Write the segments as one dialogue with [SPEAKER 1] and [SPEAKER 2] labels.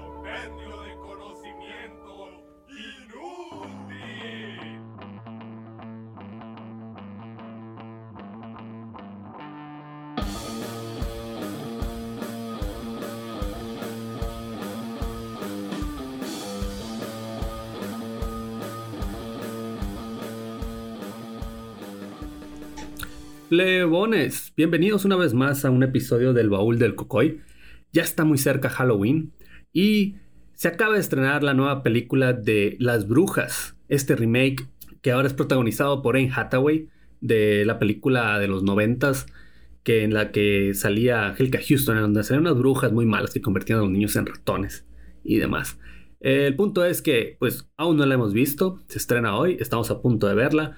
[SPEAKER 1] incendio de conocimiento inútil.
[SPEAKER 2] Plebones, bienvenidos una vez más a un episodio del Baúl del Cocoy. Ya está muy cerca Halloween y se acaba de estrenar la nueva película de Las Brujas, este remake que ahora es protagonizado por Anne Hathaway de la película de los noventas que en la que salía Angelica Houston, en donde salían unas brujas muy malas que convertían a los niños en ratones y demás. El punto es que, pues, aún no la hemos visto, se estrena hoy, estamos a punto de verla,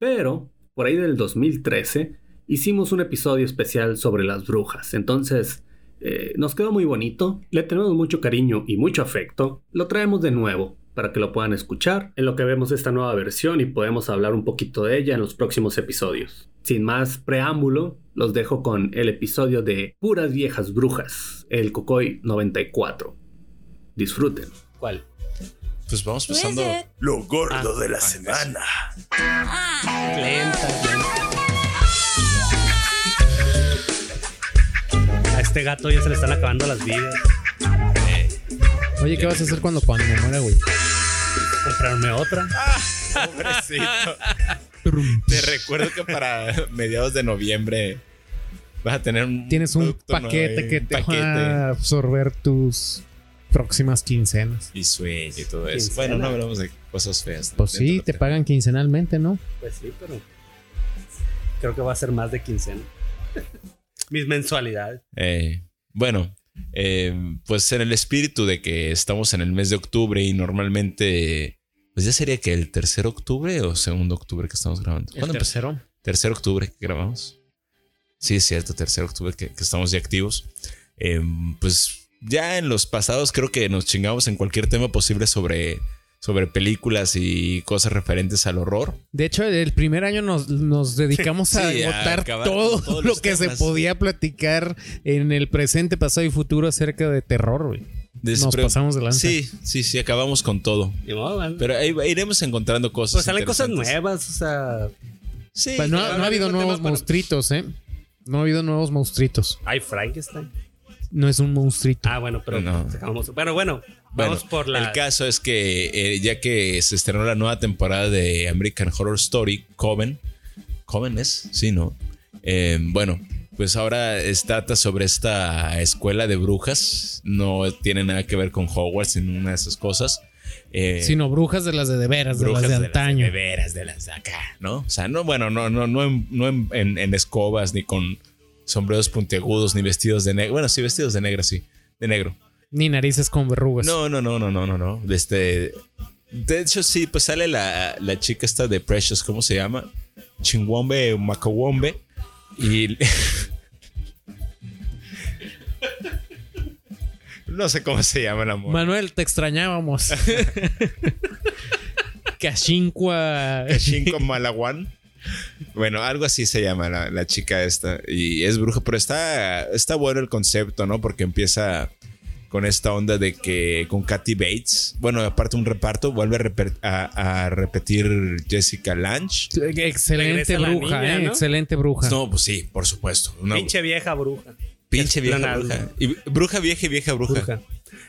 [SPEAKER 2] pero por ahí del 2013, hicimos un episodio especial sobre las brujas. Entonces, eh, nos quedó muy bonito, le tenemos mucho cariño y mucho afecto. Lo traemos de nuevo para que lo puedan escuchar en lo que vemos esta nueva versión y podemos hablar un poquito de ella en los próximos episodios. Sin más preámbulo, los dejo con el episodio de Puras Viejas Brujas, el Cocoy 94. Disfruten.
[SPEAKER 3] ¿Cuál?
[SPEAKER 4] Pues vamos pasando.
[SPEAKER 5] Puede ser.
[SPEAKER 4] Lo gordo
[SPEAKER 3] de la semana.
[SPEAKER 5] Ah,
[SPEAKER 3] Lenta, lenta. A este gato ya se le están acabando las vidas.
[SPEAKER 6] Oye, ¿qué vas a hacer cuando, cuando me muera, güey?
[SPEAKER 3] Comprarme otra.
[SPEAKER 4] Pobrecito. Te recuerdo que para mediados de noviembre vas a tener un.
[SPEAKER 6] Tienes un
[SPEAKER 4] producto nuevo
[SPEAKER 6] paquete
[SPEAKER 4] ahí,
[SPEAKER 6] que
[SPEAKER 4] un
[SPEAKER 6] te
[SPEAKER 4] paquete.
[SPEAKER 6] va a absorber tus próximas quincenas.
[SPEAKER 4] Y sueño y todo eso.
[SPEAKER 3] Quincena.
[SPEAKER 4] Bueno, no hablamos de cosas feas.
[SPEAKER 6] Pues
[SPEAKER 4] Dentro
[SPEAKER 6] sí,
[SPEAKER 4] de-
[SPEAKER 6] te pagan quincenalmente, ¿no?
[SPEAKER 3] Pues sí, pero creo que va a ser más de quincena. Mis mensualidades.
[SPEAKER 4] Eh, bueno, eh, pues en el espíritu de que estamos en el mes de octubre y normalmente. Pues ya sería que el tercer octubre o segundo octubre que estamos grabando. ¿Cuándo empezó? Tercer octubre que grabamos. Sí, es cierto, tercer octubre que, que estamos ya activos. Em, pues ya en los pasados creo que nos chingamos en cualquier tema posible sobre, sobre películas y cosas referentes al horror.
[SPEAKER 6] De hecho, el primer año nos, nos dedicamos a
[SPEAKER 4] Sí, a
[SPEAKER 6] agotar
[SPEAKER 4] acabar
[SPEAKER 6] todo
[SPEAKER 4] con todos
[SPEAKER 6] lo
[SPEAKER 4] los
[SPEAKER 6] que se
[SPEAKER 4] temas.
[SPEAKER 6] podía platicar en el presente, pasado y futuro acerca de terror, güey.
[SPEAKER 4] Desde-
[SPEAKER 6] Nos
[SPEAKER 4] pero-
[SPEAKER 6] pasamos de lanza.
[SPEAKER 4] Sí, sí, sí, acabamos con todo.
[SPEAKER 3] Ni modo, ¿verdad?
[SPEAKER 4] Pero ahí va- iremos encontrando cosas.
[SPEAKER 3] pues salen cosas
[SPEAKER 4] interesantes.
[SPEAKER 3] nuevas, o sea,
[SPEAKER 4] Sí,
[SPEAKER 6] Pues no,
[SPEAKER 4] claro,
[SPEAKER 6] no ha habido
[SPEAKER 4] algún tema
[SPEAKER 6] nuevos
[SPEAKER 4] para-
[SPEAKER 6] monstruitos, ¿eh? No ha habido nuevos monstruitos.
[SPEAKER 3] hay Frankenstein.
[SPEAKER 6] No es un monstruito.
[SPEAKER 3] Ah, bueno, pero
[SPEAKER 4] No.
[SPEAKER 3] sacamos- Bueno, bueno,
[SPEAKER 4] Bueno,
[SPEAKER 3] vamos por la
[SPEAKER 4] El caso es que eh, ya que se estrenó la nueva temporada de American Horror Story, Coven, Coven es, sí, ¿no? Eh, bueno, pues ahora es- trata sobre esta escuela de brujas, no tiene nada que ver con Hogwarts ni una de esas cosas. Eh,
[SPEAKER 6] Sino brujas de las de de veras, de las de, antaño.
[SPEAKER 4] de veras, de las de acá, ¿no? O sea, no, bueno, no, no, no, en, no en, en- en escobas, ni con sombreros puntiagudos, ni vestidos de negro. Bueno, sí, vestidos de negro, sí, de negro.
[SPEAKER 6] Ni narices con verrugas.
[SPEAKER 4] No, no, no, no, no, no, no. Este. De hecho, sí, pues sale la, la chica esta de Precious, ¿cómo se llama? Chingwombe, Macawombe. Y. no sé cómo se llama la amor.
[SPEAKER 6] Manuel, te extrañábamos. Cachincua.
[SPEAKER 4] Chinco Malawan. Bueno, algo así se llama la, la chica esta. Y es bruja, pero está, está bueno el concepto, ¿no? Porque empieza con esta onda de que con Kathy Bates, bueno, aparte un reparto, vuelve a, reper- a- a repetir Jessica Lange.
[SPEAKER 6] Excelente
[SPEAKER 3] Regresa la
[SPEAKER 6] bruja,
[SPEAKER 3] niña,
[SPEAKER 6] eh,
[SPEAKER 3] ¿no?
[SPEAKER 6] excelente bruja.
[SPEAKER 4] No, pues sí, por supuesto. Una
[SPEAKER 3] pinche vieja bruja.
[SPEAKER 4] pinche vieja
[SPEAKER 3] Explanando.
[SPEAKER 4] bruja. Y bruja vieja y vieja bruja.
[SPEAKER 3] Bruja.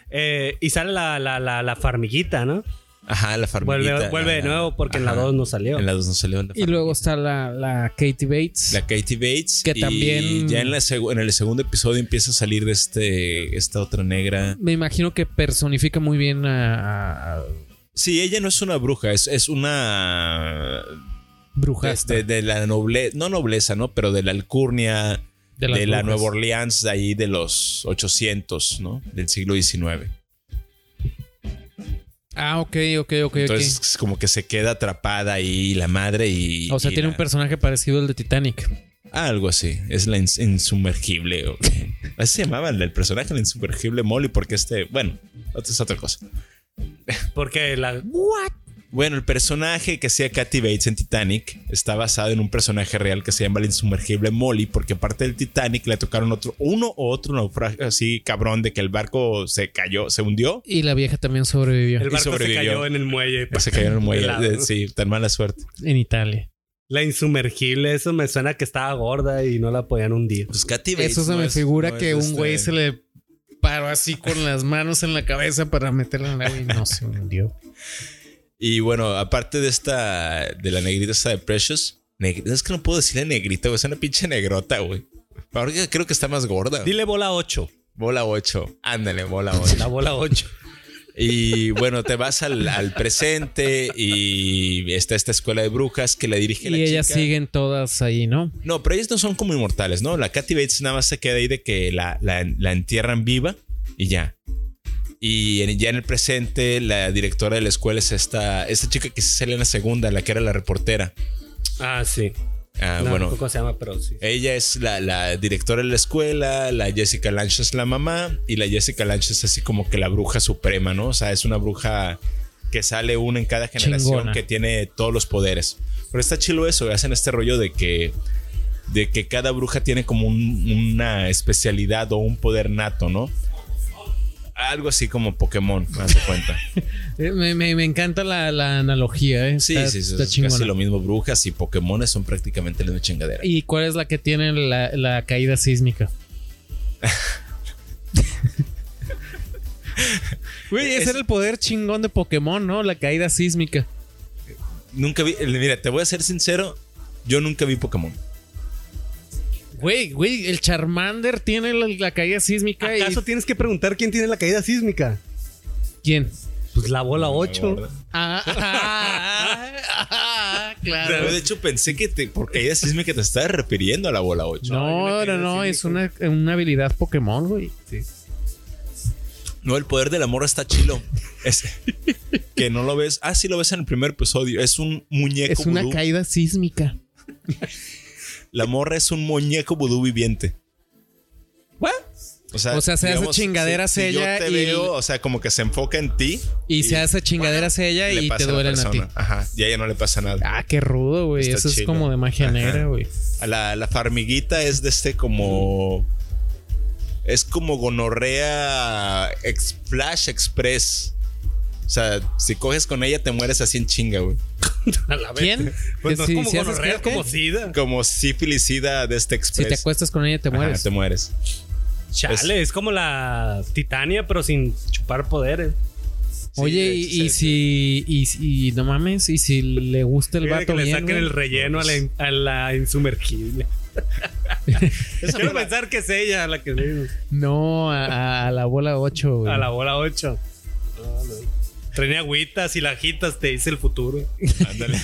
[SPEAKER 3] Eh, y sale la, la, la, la farmiguita, ¿no?
[SPEAKER 4] Ajá, la farmacita.
[SPEAKER 3] Vuelve- vuelve de nuevo porque en la dos no salió.
[SPEAKER 4] En la 2 no salió. la
[SPEAKER 6] y luego está la, la Katie Bates.
[SPEAKER 4] La Katie Bates.
[SPEAKER 6] Que
[SPEAKER 4] y
[SPEAKER 6] también-
[SPEAKER 4] Ya en, la segu- en el segundo episodio empieza a salir de este, esta otra negra.
[SPEAKER 6] Me imagino que personifica muy bien a, a- a
[SPEAKER 4] Sí, ella no es una bruja, es, es una. este,
[SPEAKER 6] brujasta
[SPEAKER 4] De, de la nobleza, no nobleza, ¿no? Pero de la alcurnia, de,
[SPEAKER 6] las
[SPEAKER 4] la
[SPEAKER 6] brujas.
[SPEAKER 4] Nueva Orleans, de ahí de los 800, ¿no? Del siglo XIX.
[SPEAKER 6] Ah, ok, ok, ok,
[SPEAKER 4] Entonces, es como que se queda atrapada ahí la madre y.
[SPEAKER 6] ok. O sea,
[SPEAKER 4] y
[SPEAKER 6] tiene
[SPEAKER 4] la-
[SPEAKER 6] un personaje parecido al de Titanic.
[SPEAKER 4] Algo así. Es la ins- insumergible. o- así se llamaba el personaje, la insumergible Molly, porque este. Bueno, otra es otra cosa.
[SPEAKER 3] Porque la.
[SPEAKER 4] Bueno, el personaje que hacía Kathy Bates en Titanic está basado en un personaje real que se llama el insumergible Molly, porque aparte del Titanic le tocaron otro, uno o otro naufragio así cabrón de que el barco se cayó, se hundió.
[SPEAKER 6] Y la vieja también sobrevivió
[SPEAKER 3] El barco se
[SPEAKER 4] sobrevivió.
[SPEAKER 3] cayó en el muelle.
[SPEAKER 4] pues Se cayó en el muelle.
[SPEAKER 3] Pelado.
[SPEAKER 4] Eh, Sí, tan mala suerte.
[SPEAKER 6] en Italia.
[SPEAKER 3] La insumergible, eso me suena que estaba gorda y no la podían hundir.
[SPEAKER 4] Pues Kathy Bates.
[SPEAKER 6] Eso se
[SPEAKER 4] no
[SPEAKER 6] me
[SPEAKER 4] es-
[SPEAKER 6] figura
[SPEAKER 4] no es
[SPEAKER 6] que un güey
[SPEAKER 4] este-
[SPEAKER 6] se le paró así con las manos en la cabeza para meterla en el agua y no se hundió.
[SPEAKER 4] Y bueno, aparte de esta, de la negrita esta de Precious, neg- es que no puedo decirle negrita, güey, es una pinche negrota, güey. Ahora que creo que está más gorda.
[SPEAKER 3] Dile bola 8.
[SPEAKER 4] Bola 8. Ándale, bola 8.
[SPEAKER 3] La bola 8.
[SPEAKER 4] Y bueno, te vas al, al presente y está esta escuela de brujas que la dirige la
[SPEAKER 6] Y ellas
[SPEAKER 4] chica.
[SPEAKER 6] siguen todas ahí, ¿no?
[SPEAKER 4] No, pero ellas no son como inmortales, ¿no? La Katy Bates nada más se queda ahí de que la, la- la entierran viva y ya. Y en- ya en el presente, la directora de la escuela es esta, esta chica que sale en la segunda, la que era la reportera.
[SPEAKER 3] Ah, sí.
[SPEAKER 4] Ah,
[SPEAKER 3] no,
[SPEAKER 4] bueno,
[SPEAKER 3] ¿Cómo se llama? Pero sí.
[SPEAKER 4] ella es la, la directora de la escuela, la Jessica Lange es la mamá y la Jessica Lange es así como que la bruja suprema, ¿no? O sea, es una bruja que sale una en cada generación
[SPEAKER 6] Chingona.
[SPEAKER 4] que tiene todos los poderes. Pero está chilo eso, hacen este rollo de que de que cada bruja tiene como un- una especialidad o un poder nato, ¿no? Algo así como Pokémon, haz de cuenta.
[SPEAKER 6] Eh, Me, me- me encanta la, la analogía, ¿eh?
[SPEAKER 4] Sí,
[SPEAKER 6] Está-
[SPEAKER 4] sí, sí,
[SPEAKER 6] está
[SPEAKER 4] es casi
[SPEAKER 6] chingona.
[SPEAKER 4] lo mismo. Brujas y Pokémones son prácticamente la misma chingadera.
[SPEAKER 6] ¿Y cuál es la que tiene la, la caída sísmica? Güey, ese
[SPEAKER 4] Es-
[SPEAKER 6] era el poder chingón de Pokémon, ¿no? La caída sísmica.
[SPEAKER 4] Nunca vi, mira, te voy a ser sincero, yo nunca vi Pokémon.
[SPEAKER 6] Güey, güey, el Charmander tiene la, la caída sísmica
[SPEAKER 3] ¿Acaso
[SPEAKER 6] y...
[SPEAKER 3] tienes que preguntar quién tiene la caída sísmica?
[SPEAKER 6] ¿Quién?
[SPEAKER 3] Pues la bola
[SPEAKER 4] La
[SPEAKER 3] 8.
[SPEAKER 4] gorda.
[SPEAKER 6] Ah, ah, ah, ah, ah, claro.
[SPEAKER 4] De hecho, pensé que te, por caída sísmica te estás refiriendo a la bola 8.
[SPEAKER 6] No, no, no, es una, una habilidad Pokémon, güey.
[SPEAKER 4] No, el poder del amor está chilo. Es, que no lo ves. Ah, sí lo ves en el primer episodio. Es un muñeco
[SPEAKER 6] Es una
[SPEAKER 4] vudú.
[SPEAKER 6] caída sísmica.
[SPEAKER 4] La morra es un muñeco vudú viviente. O sea,
[SPEAKER 6] O sea, se hace chingaderas
[SPEAKER 4] si- si yo
[SPEAKER 6] ella
[SPEAKER 4] te
[SPEAKER 6] y-
[SPEAKER 4] veo, o sea, como que se enfoca en ti.
[SPEAKER 6] Y, se hace chingaderas a ella
[SPEAKER 4] le
[SPEAKER 6] y
[SPEAKER 4] pasa
[SPEAKER 6] te
[SPEAKER 4] a la
[SPEAKER 6] duelen a, ti.
[SPEAKER 4] persona. Ajá. Y a ella no le pasa nada.
[SPEAKER 6] Ah, qué rudo, güey.
[SPEAKER 4] Está
[SPEAKER 6] Eso es
[SPEAKER 4] chido.
[SPEAKER 6] como de magia
[SPEAKER 4] Ajá.
[SPEAKER 6] negra, güey.
[SPEAKER 4] A La, la farmiguita es de este como. Es como gonorrea ex- Flash Express. O sea, si coges con ella, te mueres así en chinga, güey.
[SPEAKER 3] A la vez.
[SPEAKER 6] ¿Quién?
[SPEAKER 3] Pues
[SPEAKER 6] Que
[SPEAKER 3] no
[SPEAKER 6] si-
[SPEAKER 3] es como
[SPEAKER 6] si haces ¿eh?
[SPEAKER 3] gonorrea, es
[SPEAKER 6] qué,
[SPEAKER 3] como Pues,
[SPEAKER 6] qué?
[SPEAKER 3] sida.
[SPEAKER 4] Como sífilicida de este
[SPEAKER 6] Si
[SPEAKER 4] Express.
[SPEAKER 6] te acuestas con ella te
[SPEAKER 4] Ajá,
[SPEAKER 6] mueres.
[SPEAKER 4] te mueres.
[SPEAKER 3] Chale, es... como la Titania, pero sin chupar poderes.
[SPEAKER 6] Oye,
[SPEAKER 4] de
[SPEAKER 6] y,
[SPEAKER 4] hecho, sí.
[SPEAKER 6] y si y, si- y no mames, y si le gusta el
[SPEAKER 3] Mira
[SPEAKER 6] vato
[SPEAKER 3] que le
[SPEAKER 6] bien,
[SPEAKER 3] saquen
[SPEAKER 6] güey?
[SPEAKER 3] el relleno a la, in- a la insumergible. Quiero pensar que es ella la que le-
[SPEAKER 6] No, a- a, a la bola 8, güey.
[SPEAKER 3] a la bola 8. Trene agüitas y la agitas, te dice el futuro.
[SPEAKER 4] Ándale.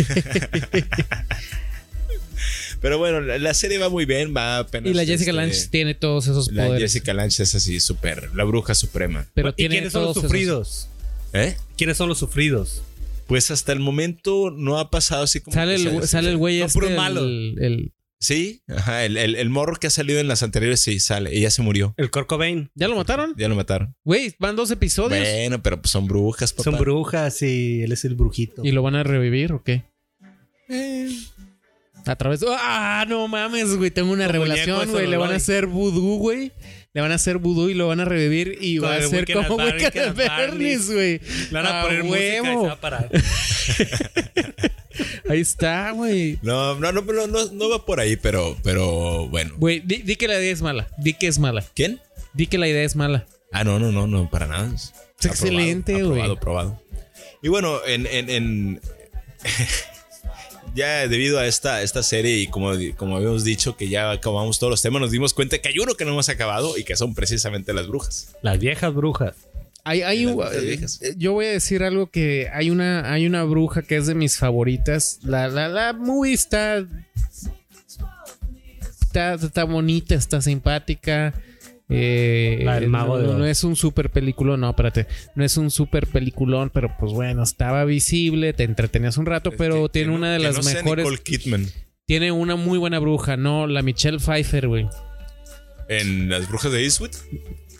[SPEAKER 4] Pero bueno, la, la serie va muy bien, va apenas.
[SPEAKER 6] Y
[SPEAKER 3] pues,
[SPEAKER 6] la Jessica
[SPEAKER 4] este,
[SPEAKER 6] Lange tiene todos esos
[SPEAKER 4] La
[SPEAKER 6] poderes.
[SPEAKER 4] Jessica Lange es así, súper. La bruja suprema.
[SPEAKER 6] pero
[SPEAKER 3] ¿Y
[SPEAKER 6] tiene
[SPEAKER 3] quiénes son los
[SPEAKER 6] todos esos-
[SPEAKER 3] sufridos?
[SPEAKER 4] ¿Eh?
[SPEAKER 3] ¿Quiénes son los sufridos?
[SPEAKER 4] Pues hasta el momento no ha pasado así como.
[SPEAKER 6] Sale
[SPEAKER 4] que sea-
[SPEAKER 6] el, sale el güey
[SPEAKER 3] No,
[SPEAKER 6] este,
[SPEAKER 3] puro malo.
[SPEAKER 6] el- el-
[SPEAKER 4] Sí, ajá, el, el, el morro que ha salido en las anteriores sí sale, ella se murió.
[SPEAKER 3] El Corcovain.
[SPEAKER 6] ¿Ya lo mataron?
[SPEAKER 4] Ya lo mataron.
[SPEAKER 6] Güey, van dos episodios.
[SPEAKER 4] Bueno, pero pues son brujas, papá.
[SPEAKER 3] Son brujas y él es el brujito.
[SPEAKER 6] ¿Y lo van a revivir o qué? Eh. A través... ¡Ah, no mames, güey! Tengo una
[SPEAKER 3] Como
[SPEAKER 6] revelación,
[SPEAKER 3] muñeco de
[SPEAKER 6] güey. Le van a
[SPEAKER 3] Sololoy.
[SPEAKER 6] hacer vudú, güey. Le van a hacer vudú y lo van a revivir y
[SPEAKER 3] Como
[SPEAKER 6] va a
[SPEAKER 3] el
[SPEAKER 6] ser
[SPEAKER 3] Weekend
[SPEAKER 6] como
[SPEAKER 3] at
[SPEAKER 6] Weekend at
[SPEAKER 3] Bernie's.
[SPEAKER 6] Bernie's, güey.
[SPEAKER 3] Le van
[SPEAKER 6] Ah,
[SPEAKER 3] a, poner música y se va a parar.
[SPEAKER 6] Ahí está, güey.
[SPEAKER 4] No, no, no, no, no, no va por ahí, pero, pero bueno.
[SPEAKER 6] Güey, di, di que la idea es mala. Di que es mala.
[SPEAKER 4] ¿Quién?
[SPEAKER 6] Di que la idea es mala.
[SPEAKER 4] Ah, no, no, no, no, para nada. Es
[SPEAKER 6] excelente, güey.
[SPEAKER 4] Aprobado, aprobado. Y bueno, en, en, en- ya debido a esta, esta serie y como, como habíamos dicho que ya acabamos todos los temas, nos dimos cuenta que hay uno que no hemos acabado y que son precisamente las brujas.
[SPEAKER 3] Las viejas brujas.
[SPEAKER 6] Hay, hay
[SPEAKER 4] las
[SPEAKER 6] un-
[SPEAKER 4] brujas viejas.
[SPEAKER 6] eh, yo voy a decir algo que hay una, hay una bruja que es de mis favoritas. La, la, la movie está, está, está bonita, está simpática. Eh,
[SPEAKER 3] La del Mago
[SPEAKER 6] no,
[SPEAKER 3] de Oz.
[SPEAKER 6] no es un super peliculón, no, espérate. No es un super peliculón, pero pues bueno, estaba visible, te entretenías un rato, pero
[SPEAKER 4] Que- que
[SPEAKER 6] tiene
[SPEAKER 4] no-
[SPEAKER 6] una de
[SPEAKER 4] que
[SPEAKER 6] las
[SPEAKER 4] no sea
[SPEAKER 6] mejores.
[SPEAKER 4] Nicole Kidman
[SPEAKER 6] Tiene una muy buena bruja, no, la Michelle Pfeiffer, güey.
[SPEAKER 4] en Las Brujas de Eastwood.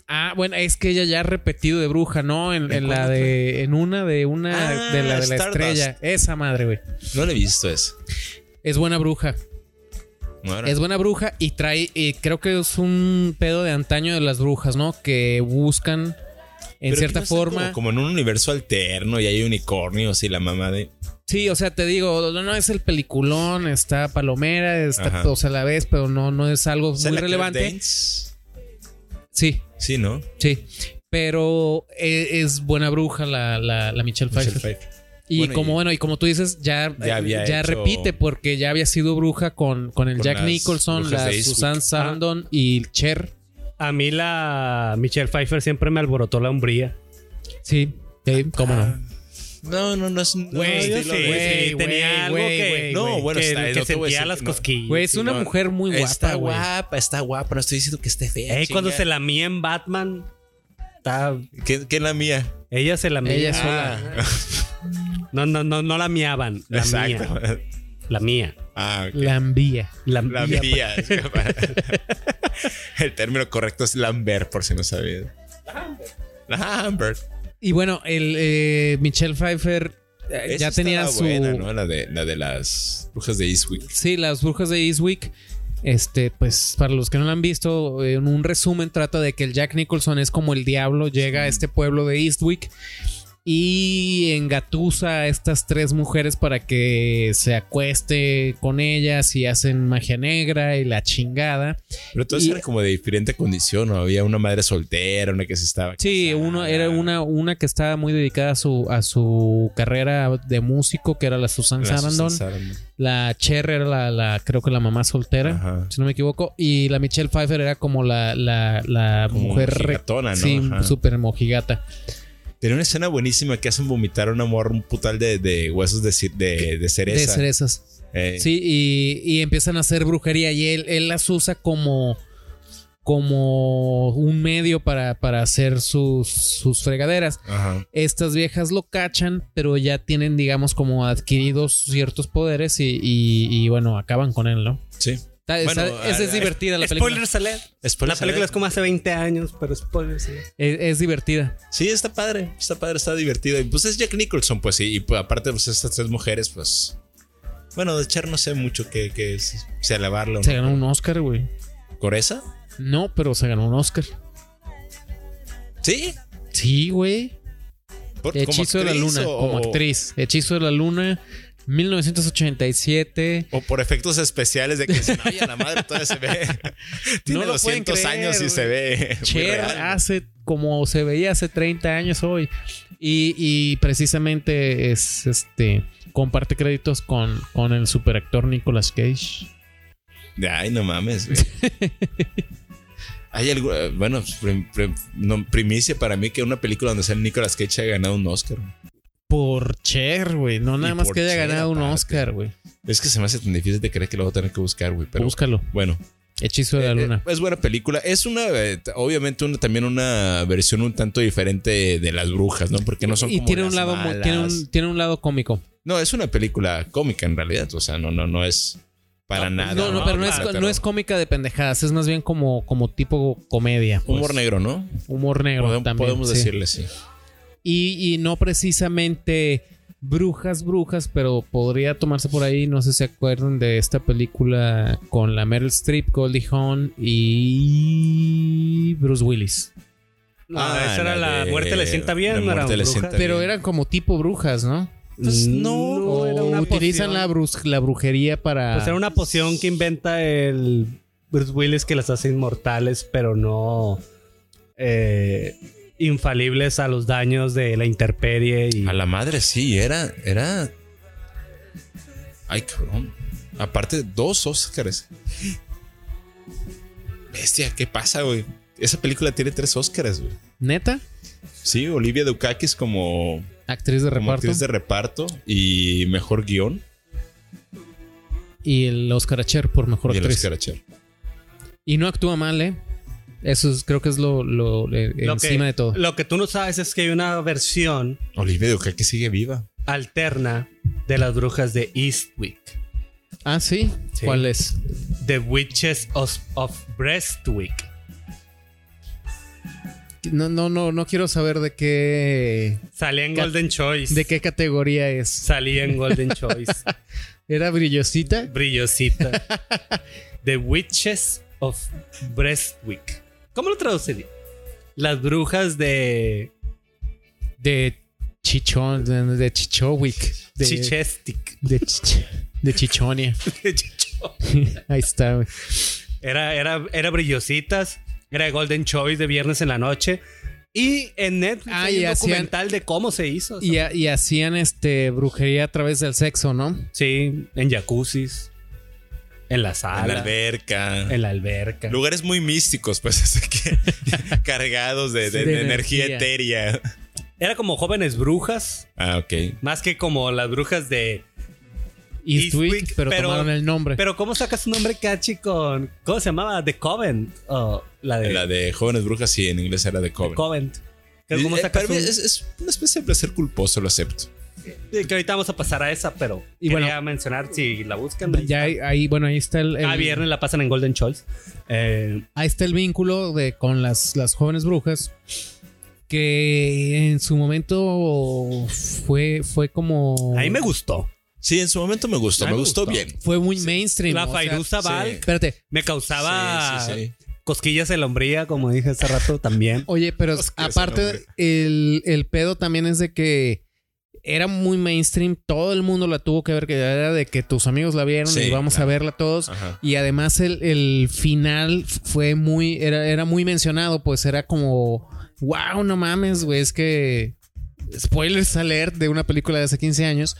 [SPEAKER 6] Ah, bueno, es que ella ya ha repetido de bruja, ¿no? En, en la de. En una de una.
[SPEAKER 4] Ah,
[SPEAKER 6] de la de la
[SPEAKER 4] Stardust.
[SPEAKER 6] estrella. Esa madre, güey.
[SPEAKER 4] No le he visto eso.
[SPEAKER 6] Es buena bruja.
[SPEAKER 4] Bueno,
[SPEAKER 6] Es buena bruja y trae. y creo que es un pedo de antaño de las brujas, ¿no? Que buscan. En
[SPEAKER 4] pero
[SPEAKER 6] cierta
[SPEAKER 4] aquí no están
[SPEAKER 6] forma.
[SPEAKER 4] Como, como en un universo alterno y hay unicornios y la mamá de.
[SPEAKER 6] Sí, o sea, te digo, no, no es el peliculón, está Palomera, está
[SPEAKER 4] Ajá.
[SPEAKER 6] todos a la vez, pero no, no es algo
[SPEAKER 4] ¿Sale
[SPEAKER 6] muy
[SPEAKER 4] Claire
[SPEAKER 6] relevante.
[SPEAKER 4] Danes?
[SPEAKER 6] Sí,
[SPEAKER 4] Sí, ¿no?
[SPEAKER 6] sí. Pero e- es, buena bruja la, la, la Michelle Pfeiffer.
[SPEAKER 4] Michelle Pfeiffer.
[SPEAKER 6] Y
[SPEAKER 4] Bueno,
[SPEAKER 6] como
[SPEAKER 4] y-
[SPEAKER 6] bueno, y como tú dices, ya, eh,
[SPEAKER 4] Ya había
[SPEAKER 6] ya
[SPEAKER 4] hecho-
[SPEAKER 6] repite, porque ya había sido bruja con, con el
[SPEAKER 4] Con
[SPEAKER 6] Jack
[SPEAKER 4] las
[SPEAKER 6] Nicholson,
[SPEAKER 4] brujas
[SPEAKER 6] la
[SPEAKER 4] de Eastwick. Ah.
[SPEAKER 6] Susan Sarandon y Cher.
[SPEAKER 3] A mí la Michelle Pfeiffer siempre me alborotó la umbría.
[SPEAKER 6] Sí, sí,
[SPEAKER 4] Ah,
[SPEAKER 6] cómo no.
[SPEAKER 4] No, no, no es. no,
[SPEAKER 3] Güey,
[SPEAKER 4] yo
[SPEAKER 3] sí,
[SPEAKER 4] lo-
[SPEAKER 3] güey,
[SPEAKER 6] güey, güey,
[SPEAKER 3] tenía algo que,
[SPEAKER 6] güey,
[SPEAKER 3] no,
[SPEAKER 4] güey.
[SPEAKER 3] bueno,
[SPEAKER 4] que-
[SPEAKER 3] está,
[SPEAKER 4] que
[SPEAKER 3] que
[SPEAKER 4] sentía
[SPEAKER 3] sentía las
[SPEAKER 4] las
[SPEAKER 3] cosquillas.
[SPEAKER 6] Güey, es una
[SPEAKER 4] no,
[SPEAKER 6] mujer muy guapa,
[SPEAKER 4] Está
[SPEAKER 6] güey.
[SPEAKER 4] guapa, está guapa. No estoy diciendo que esté fea.
[SPEAKER 3] cuando
[SPEAKER 4] chinga.
[SPEAKER 3] se la mía en Batman, está-
[SPEAKER 4] ¿Qué, qué es la mía?
[SPEAKER 3] ella se la mía.
[SPEAKER 6] Ella sola.
[SPEAKER 4] Ah.
[SPEAKER 3] No, no, no, no la miaban. La mía. La mía.
[SPEAKER 4] Ah, ok.
[SPEAKER 6] Lambía.
[SPEAKER 3] La,
[SPEAKER 4] La
[SPEAKER 3] mía.
[SPEAKER 4] mía.
[SPEAKER 6] pues.
[SPEAKER 4] El término correcto es Lambert, por si no sabía. Lambert.
[SPEAKER 6] Y bueno, el eh, Michelle Pfeiffer eh,
[SPEAKER 4] Esa
[SPEAKER 6] ya tenía
[SPEAKER 4] estaba
[SPEAKER 6] su.
[SPEAKER 4] buena, ¿no? La de, la de las brujas de Eastwick.
[SPEAKER 6] Sí, las brujas de Eastwick. Este, pues para los que no la han visto, en un resumen trata de que el Jack Nicholson es como el diablo, llega a este pueblo de Eastwick y engatusa a estas tres mujeres para que se acueste con ellas y hacen magia negra y la chingada.
[SPEAKER 4] Pero entonces
[SPEAKER 6] Y-
[SPEAKER 4] era como de diferente condición, ¿no? Había una madre soltera, una que se estaba.
[SPEAKER 6] Sí,
[SPEAKER 4] casada.
[SPEAKER 6] uno era una, una que estaba muy dedicada a su, a su carrera de músico, que era la Susan
[SPEAKER 4] La Susan
[SPEAKER 6] Sarandon.
[SPEAKER 4] Sarandon.
[SPEAKER 6] La Cher era la, la- creo que la mamá soltera,
[SPEAKER 4] Ajá.
[SPEAKER 6] si no me equivoco. Y la Michelle Pfeiffer era como la, la, la
[SPEAKER 4] Como
[SPEAKER 6] mujer. re-
[SPEAKER 4] gigatona, ¿no?
[SPEAKER 6] Sí,
[SPEAKER 4] Ajá.
[SPEAKER 6] súper mojigata.
[SPEAKER 4] Tenía una escena buenísima que hacen vomitar a una morra un putal de, de huesos de, ci- de, de cereza.
[SPEAKER 6] De cerezas.
[SPEAKER 4] Eh,
[SPEAKER 6] Sí, y, y empiezan a hacer brujería y él, él las usa como. Como un medio para, para hacer sus, sus fregaderas.
[SPEAKER 4] Ajá.
[SPEAKER 6] Estas viejas lo cachan, pero ya tienen, digamos, como adquiridos ciertos poderes y, y- y, bueno, acaban con él, ¿no?
[SPEAKER 4] Sí.
[SPEAKER 6] Está-
[SPEAKER 4] Bueno,
[SPEAKER 6] está- esa es
[SPEAKER 4] ah,
[SPEAKER 6] divertida la película.
[SPEAKER 3] Spoilers alert. La
[SPEAKER 4] Spoilers
[SPEAKER 3] película
[SPEAKER 6] ¿eh?
[SPEAKER 4] alert.
[SPEAKER 3] es como hace 20 años, pero spoilers alert.
[SPEAKER 6] Es, es divertida.
[SPEAKER 4] Sí, está padre, está padre, está divertido. Y pues es Jack Nicholson, pues, y, y pues, aparte, pues estas tres mujeres, pues. Bueno, de Cher no sé mucho qué, qué es. Si alabarlo.
[SPEAKER 6] Se ganó un Oscar, güey.
[SPEAKER 4] ¿Coreza?
[SPEAKER 6] No, pero se ganó un Oscar.
[SPEAKER 4] Sí.
[SPEAKER 6] Sí, güey.
[SPEAKER 4] ¿Por- como
[SPEAKER 6] Hechizo de la
[SPEAKER 4] actriz
[SPEAKER 6] Luna,
[SPEAKER 4] o-
[SPEAKER 6] como actriz. Hechizo de la Luna, 1987.
[SPEAKER 4] O por efectos especiales de que dicen, "Ay, a la madre todavía se ve. Tiene
[SPEAKER 6] lo pueden
[SPEAKER 4] 200
[SPEAKER 6] creer,
[SPEAKER 4] años y
[SPEAKER 6] güey.
[SPEAKER 4] se ve. muy
[SPEAKER 6] Cher
[SPEAKER 4] real.
[SPEAKER 6] hace como se veía hace 30 años hoy. Y, y precisamente es este. Comparte créditos con, con el superactor Nicolas Cage.
[SPEAKER 4] Ay, no mames. güey. Hay algo, eh, bueno, prim- prim- no, primicia para mí que una película donde sea Nicolas Cage haya ganado un Oscar.
[SPEAKER 6] Por Cher, güey. No nada
[SPEAKER 4] Y
[SPEAKER 6] más
[SPEAKER 4] por
[SPEAKER 6] que haya
[SPEAKER 4] Cher,
[SPEAKER 6] ganado un
[SPEAKER 4] aparte.
[SPEAKER 6] Oscar, güey.
[SPEAKER 4] Es que se me hace tan difícil de creer que lo voy a tener que buscar, güey. Pero
[SPEAKER 6] Búscalo.
[SPEAKER 4] bueno,
[SPEAKER 6] Hechizo de la
[SPEAKER 4] Eh,
[SPEAKER 6] Luna.
[SPEAKER 4] eh, es buena película. Es una, eh, t- obviamente, una, también una versión un tanto diferente de las brujas, ¿no? Porque no son
[SPEAKER 6] y
[SPEAKER 4] como
[SPEAKER 6] tiene un
[SPEAKER 4] las
[SPEAKER 6] lado mu-
[SPEAKER 4] malas.
[SPEAKER 6] tiene un- tiene un lado cómico.
[SPEAKER 4] No, es una película cómica en realidad. O sea, no, no, no es para nada.
[SPEAKER 6] No, no,
[SPEAKER 4] una
[SPEAKER 6] pero no
[SPEAKER 4] película
[SPEAKER 6] es,
[SPEAKER 4] de
[SPEAKER 6] no
[SPEAKER 4] terror.
[SPEAKER 6] es cómica de pendejadas, es más bien como, como tipo comedia. pues.
[SPEAKER 4] humor negro, ¿no?
[SPEAKER 6] Humor negro
[SPEAKER 4] Podem-
[SPEAKER 6] también.
[SPEAKER 4] podemos
[SPEAKER 6] sí.
[SPEAKER 4] decirle sí.
[SPEAKER 6] Y, y no precisamente brujas, brujas, pero podría tomarse por ahí. No sé si se acuerdan de esta película con la Meryl Streep, Goldie Hawn y Bruce Willis.
[SPEAKER 3] No,
[SPEAKER 4] Ah,
[SPEAKER 3] esa era
[SPEAKER 4] la
[SPEAKER 3] la
[SPEAKER 4] de-
[SPEAKER 3] muerte le sienta
[SPEAKER 4] la
[SPEAKER 3] bien, no era
[SPEAKER 4] muerte le
[SPEAKER 3] bruja.
[SPEAKER 4] sienta-
[SPEAKER 6] Pero
[SPEAKER 4] bien.
[SPEAKER 6] eran como tipo brujas, ¿no?
[SPEAKER 3] Pues no,
[SPEAKER 6] O
[SPEAKER 3] era una
[SPEAKER 6] utilizan
[SPEAKER 3] poción.
[SPEAKER 6] la, brus- la brujería para...
[SPEAKER 3] Pues era una poción que inventa el Bruce Willis que las hace inmortales, pero no eh, infalibles a los daños de la intemperie. Y...
[SPEAKER 4] A la madre, sí, era, era. Ay, cabrón. Aparte, dos Oscars. Bestia, ¿qué pasa, güey? Esa película tiene tres Oscars, güey.
[SPEAKER 6] ¿Neta?
[SPEAKER 4] Sí, Olivia Dukakis como,
[SPEAKER 6] Actriz de
[SPEAKER 4] como
[SPEAKER 6] reparto.
[SPEAKER 4] actriz de reparto y mejor guión.
[SPEAKER 6] Y el Oscar a Cher por mejor
[SPEAKER 4] y el
[SPEAKER 6] actriz.
[SPEAKER 4] Oscar a Cher.
[SPEAKER 6] Y no actúa mal, ¿eh? Eso es- creo que es lo, lo, eh,
[SPEAKER 3] Lo que-
[SPEAKER 6] encima de todo.
[SPEAKER 3] Lo que tú no sabes es que hay una versión
[SPEAKER 4] Olivia Dukakis sigue viva.
[SPEAKER 3] alterna de las brujas de Eastwick.
[SPEAKER 6] Ah, ¿sí?
[SPEAKER 3] Sí.
[SPEAKER 6] ¿Cuál es?
[SPEAKER 3] The Witches of, of Brestwick.
[SPEAKER 6] No, no, no, no quiero saber de qué.
[SPEAKER 3] Salía en
[SPEAKER 6] Ca-
[SPEAKER 3] Golden Choice.
[SPEAKER 6] de qué categoría es.
[SPEAKER 3] Salía en Golden Choice.
[SPEAKER 6] Era brillosita.
[SPEAKER 3] Brillosita. The Witches of Brestwick. ¿Cómo lo traduciría? Las brujas de
[SPEAKER 6] De Chichón, de, de Chichowick. De,
[SPEAKER 3] Chichestic.
[SPEAKER 6] de, Chich- de Chichonia.
[SPEAKER 3] De Chicho.
[SPEAKER 6] Ahí está, güey.
[SPEAKER 3] Era, era, era Brillositas. Era Golden Choice de viernes en la noche. Y en Netflix
[SPEAKER 6] Ah,
[SPEAKER 3] hay
[SPEAKER 6] y
[SPEAKER 3] un
[SPEAKER 6] hacían-
[SPEAKER 3] documental de cómo se hizo. o sea,
[SPEAKER 6] Y, ha- y hacían este brujería a través del sexo, ¿no?
[SPEAKER 3] Sí, en jacuzzis.
[SPEAKER 4] En
[SPEAKER 3] En la
[SPEAKER 4] la
[SPEAKER 3] sala.
[SPEAKER 4] alberca.
[SPEAKER 3] En la alberca.
[SPEAKER 4] Lugares muy místicos, pues, así que cargados de, de-
[SPEAKER 6] De
[SPEAKER 4] de energía
[SPEAKER 6] energía.
[SPEAKER 4] etérea.
[SPEAKER 3] Era como jóvenes brujas.
[SPEAKER 4] Ah, ok.
[SPEAKER 3] Más que como las brujas de
[SPEAKER 6] Eastwick,
[SPEAKER 3] Eastwick,
[SPEAKER 6] pero,
[SPEAKER 3] pero-
[SPEAKER 6] tomaron el nombre.
[SPEAKER 3] Pero ¿cómo sacas un nombre catchy con... ¿Cómo se llamaba? The Covent. O la de...
[SPEAKER 4] La de jóvenes brujas, sí, en inglés era de
[SPEAKER 3] The
[SPEAKER 4] Coven.
[SPEAKER 3] Covent. Que
[SPEAKER 4] Eh,
[SPEAKER 3] ¿Cómo
[SPEAKER 4] eh,
[SPEAKER 3] sacas
[SPEAKER 4] para mí
[SPEAKER 3] un-
[SPEAKER 4] es, es una especie de placer culposo, lo acepto.
[SPEAKER 3] eh, Que ahorita vamos a pasar a esa, pero...
[SPEAKER 6] Y
[SPEAKER 3] Y
[SPEAKER 6] bueno,
[SPEAKER 3] quería mencionar si la buscan. ahí
[SPEAKER 6] ya eh,
[SPEAKER 3] está.
[SPEAKER 6] ahí, ahí, bueno, ahí está el, el-
[SPEAKER 3] Ah, viernes la pasan en Golden Choice. Eh,
[SPEAKER 6] ahí está el vínculo de con las, las jóvenes brujas. Que en su momento fue, fue como.
[SPEAKER 3] a mí me gustó.
[SPEAKER 4] Sí, en su momento me gustó,
[SPEAKER 3] Ah,
[SPEAKER 4] me
[SPEAKER 3] me
[SPEAKER 4] gustó,
[SPEAKER 3] gustó.
[SPEAKER 4] bien.
[SPEAKER 6] Fue muy mainstream.
[SPEAKER 3] la
[SPEAKER 6] o sea,
[SPEAKER 3] Fairuza
[SPEAKER 4] sí.
[SPEAKER 3] Balk
[SPEAKER 6] Espérate.
[SPEAKER 3] me causaba
[SPEAKER 4] Sí, sí, sí.
[SPEAKER 3] cosquillas en la hombría, como dije hace rato también.
[SPEAKER 6] Oye, pero
[SPEAKER 4] Dios, qué
[SPEAKER 6] aparte,
[SPEAKER 4] nombre.
[SPEAKER 6] el, el pedo también es de que era muy mainstream. Todo el mundo la tuvo que ver. Que era de que tus amigos la vieron
[SPEAKER 4] Sí,
[SPEAKER 6] y vamos
[SPEAKER 4] claro.
[SPEAKER 6] a verla todos.
[SPEAKER 4] Ajá.
[SPEAKER 6] Y además el, el final fue muy, era, era muy mencionado, pues era como, wow, no mames, güey, es que, spoilers alert de una película de hace 15 años,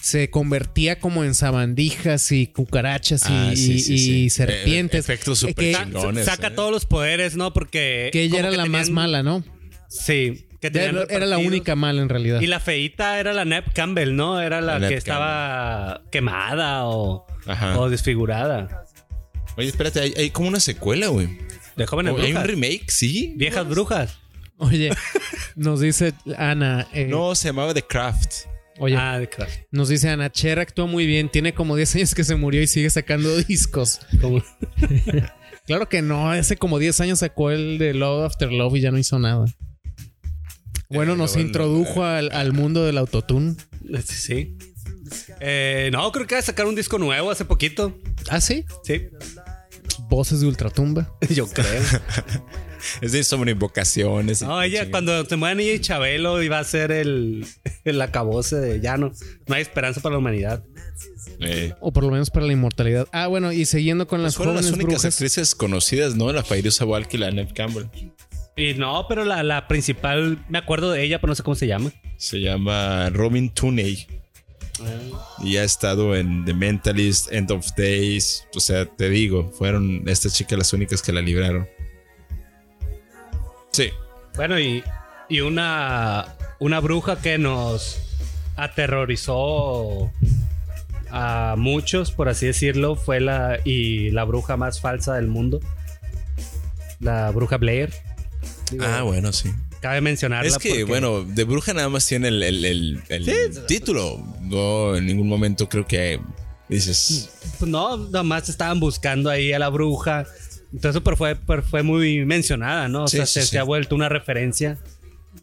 [SPEAKER 6] se convertía como en sabandijas y cucarachas y,
[SPEAKER 4] Ah, sí,
[SPEAKER 6] y-
[SPEAKER 4] sí,
[SPEAKER 6] y
[SPEAKER 4] sí.
[SPEAKER 6] serpientes.
[SPEAKER 4] Eh, efectos
[SPEAKER 6] Eh, que-
[SPEAKER 4] súper chingones.
[SPEAKER 3] Saca
[SPEAKER 4] eh.
[SPEAKER 3] todos los poderes, ¿no? Porque...
[SPEAKER 6] que ella
[SPEAKER 3] como
[SPEAKER 6] era la más
[SPEAKER 3] tenían-
[SPEAKER 6] mala, ¿no?
[SPEAKER 3] Sí. Que tenían
[SPEAKER 6] Era, era la
[SPEAKER 3] repartidos.
[SPEAKER 6] única mala en realidad.
[SPEAKER 3] Y la feita era la Neb Campbell, ¿no? Era la,
[SPEAKER 4] La Ah. Neve
[SPEAKER 3] que estaba quemada o,
[SPEAKER 4] Ajá.
[SPEAKER 3] o desfigurada.
[SPEAKER 4] Oye, espérate, hay, hay como una secuela, güey. Oh,
[SPEAKER 3] De jóvenes
[SPEAKER 4] Hay un
[SPEAKER 3] brujas.
[SPEAKER 4] remake, sí.
[SPEAKER 3] Viejas brujas.
[SPEAKER 6] Oye, nos dice Ana, eh,
[SPEAKER 4] No, se llamaba The Craft.
[SPEAKER 6] oye,
[SPEAKER 3] Ah, de crack.
[SPEAKER 6] nos dice Ana, Cher actúa muy bien, tiene como 10 años que se murió y sigue sacando discos.
[SPEAKER 3] Como-
[SPEAKER 6] Claro que no, hace como 10 años sacó el de Love After Love y ya no hizo nada. Bueno,
[SPEAKER 4] Eh,
[SPEAKER 6] nos
[SPEAKER 4] bueno,
[SPEAKER 6] introdujo al, al mundo del autotune.
[SPEAKER 3] sí. Eh, no, creo que va a sacar un disco nuevo hace poquito.
[SPEAKER 6] ¿Ah, sí?
[SPEAKER 3] Sí,
[SPEAKER 6] Voces de ultratumba.
[SPEAKER 3] yo creo.
[SPEAKER 4] Es de sobre invocaciones. y
[SPEAKER 3] No, ella,
[SPEAKER 4] chingas.
[SPEAKER 3] cuando se muevan ella y Chabelo, iba a ser el, el acabose de ya no. No hay esperanza para la humanidad.
[SPEAKER 4] Eh,
[SPEAKER 6] O por lo menos para la inmortalidad. Ah, bueno, y siguiendo con las
[SPEAKER 4] Pues fueron las
[SPEAKER 6] jóvenes
[SPEAKER 4] únicas
[SPEAKER 6] brujas.
[SPEAKER 4] actrices conocidas, ¿no? La Fairuza Balk y la Neve Campbell.
[SPEAKER 3] Y no, pero la, la principal, me acuerdo de ella, pero no sé cómo se llama.
[SPEAKER 4] Se llama Robin Tooney.
[SPEAKER 3] Ah.
[SPEAKER 4] Y ha estado en The Mentalist, End of Days. O sea, te digo, fueron estas chicas las únicas que la libraron. Sí.
[SPEAKER 3] Bueno, y, y una, una bruja que nos aterrorizó a muchos, por así decirlo, fue la y la bruja más falsa del mundo. La bruja Blair. Digo,
[SPEAKER 4] Ah, bueno, sí.
[SPEAKER 3] Cabe mencionarla.
[SPEAKER 4] Es que,
[SPEAKER 3] porque-
[SPEAKER 4] bueno, de bruja nada más tiene el, el- el- el título. No, en ningún momento creo que dices.
[SPEAKER 3] Pues no, nada más estaban buscando ahí a la bruja. Entonces, pero fue, pero fue muy mencionada, ¿no? O
[SPEAKER 4] Sí,
[SPEAKER 3] sea,
[SPEAKER 4] sí,
[SPEAKER 3] se,
[SPEAKER 4] sí.
[SPEAKER 3] se ha vuelto una referencia.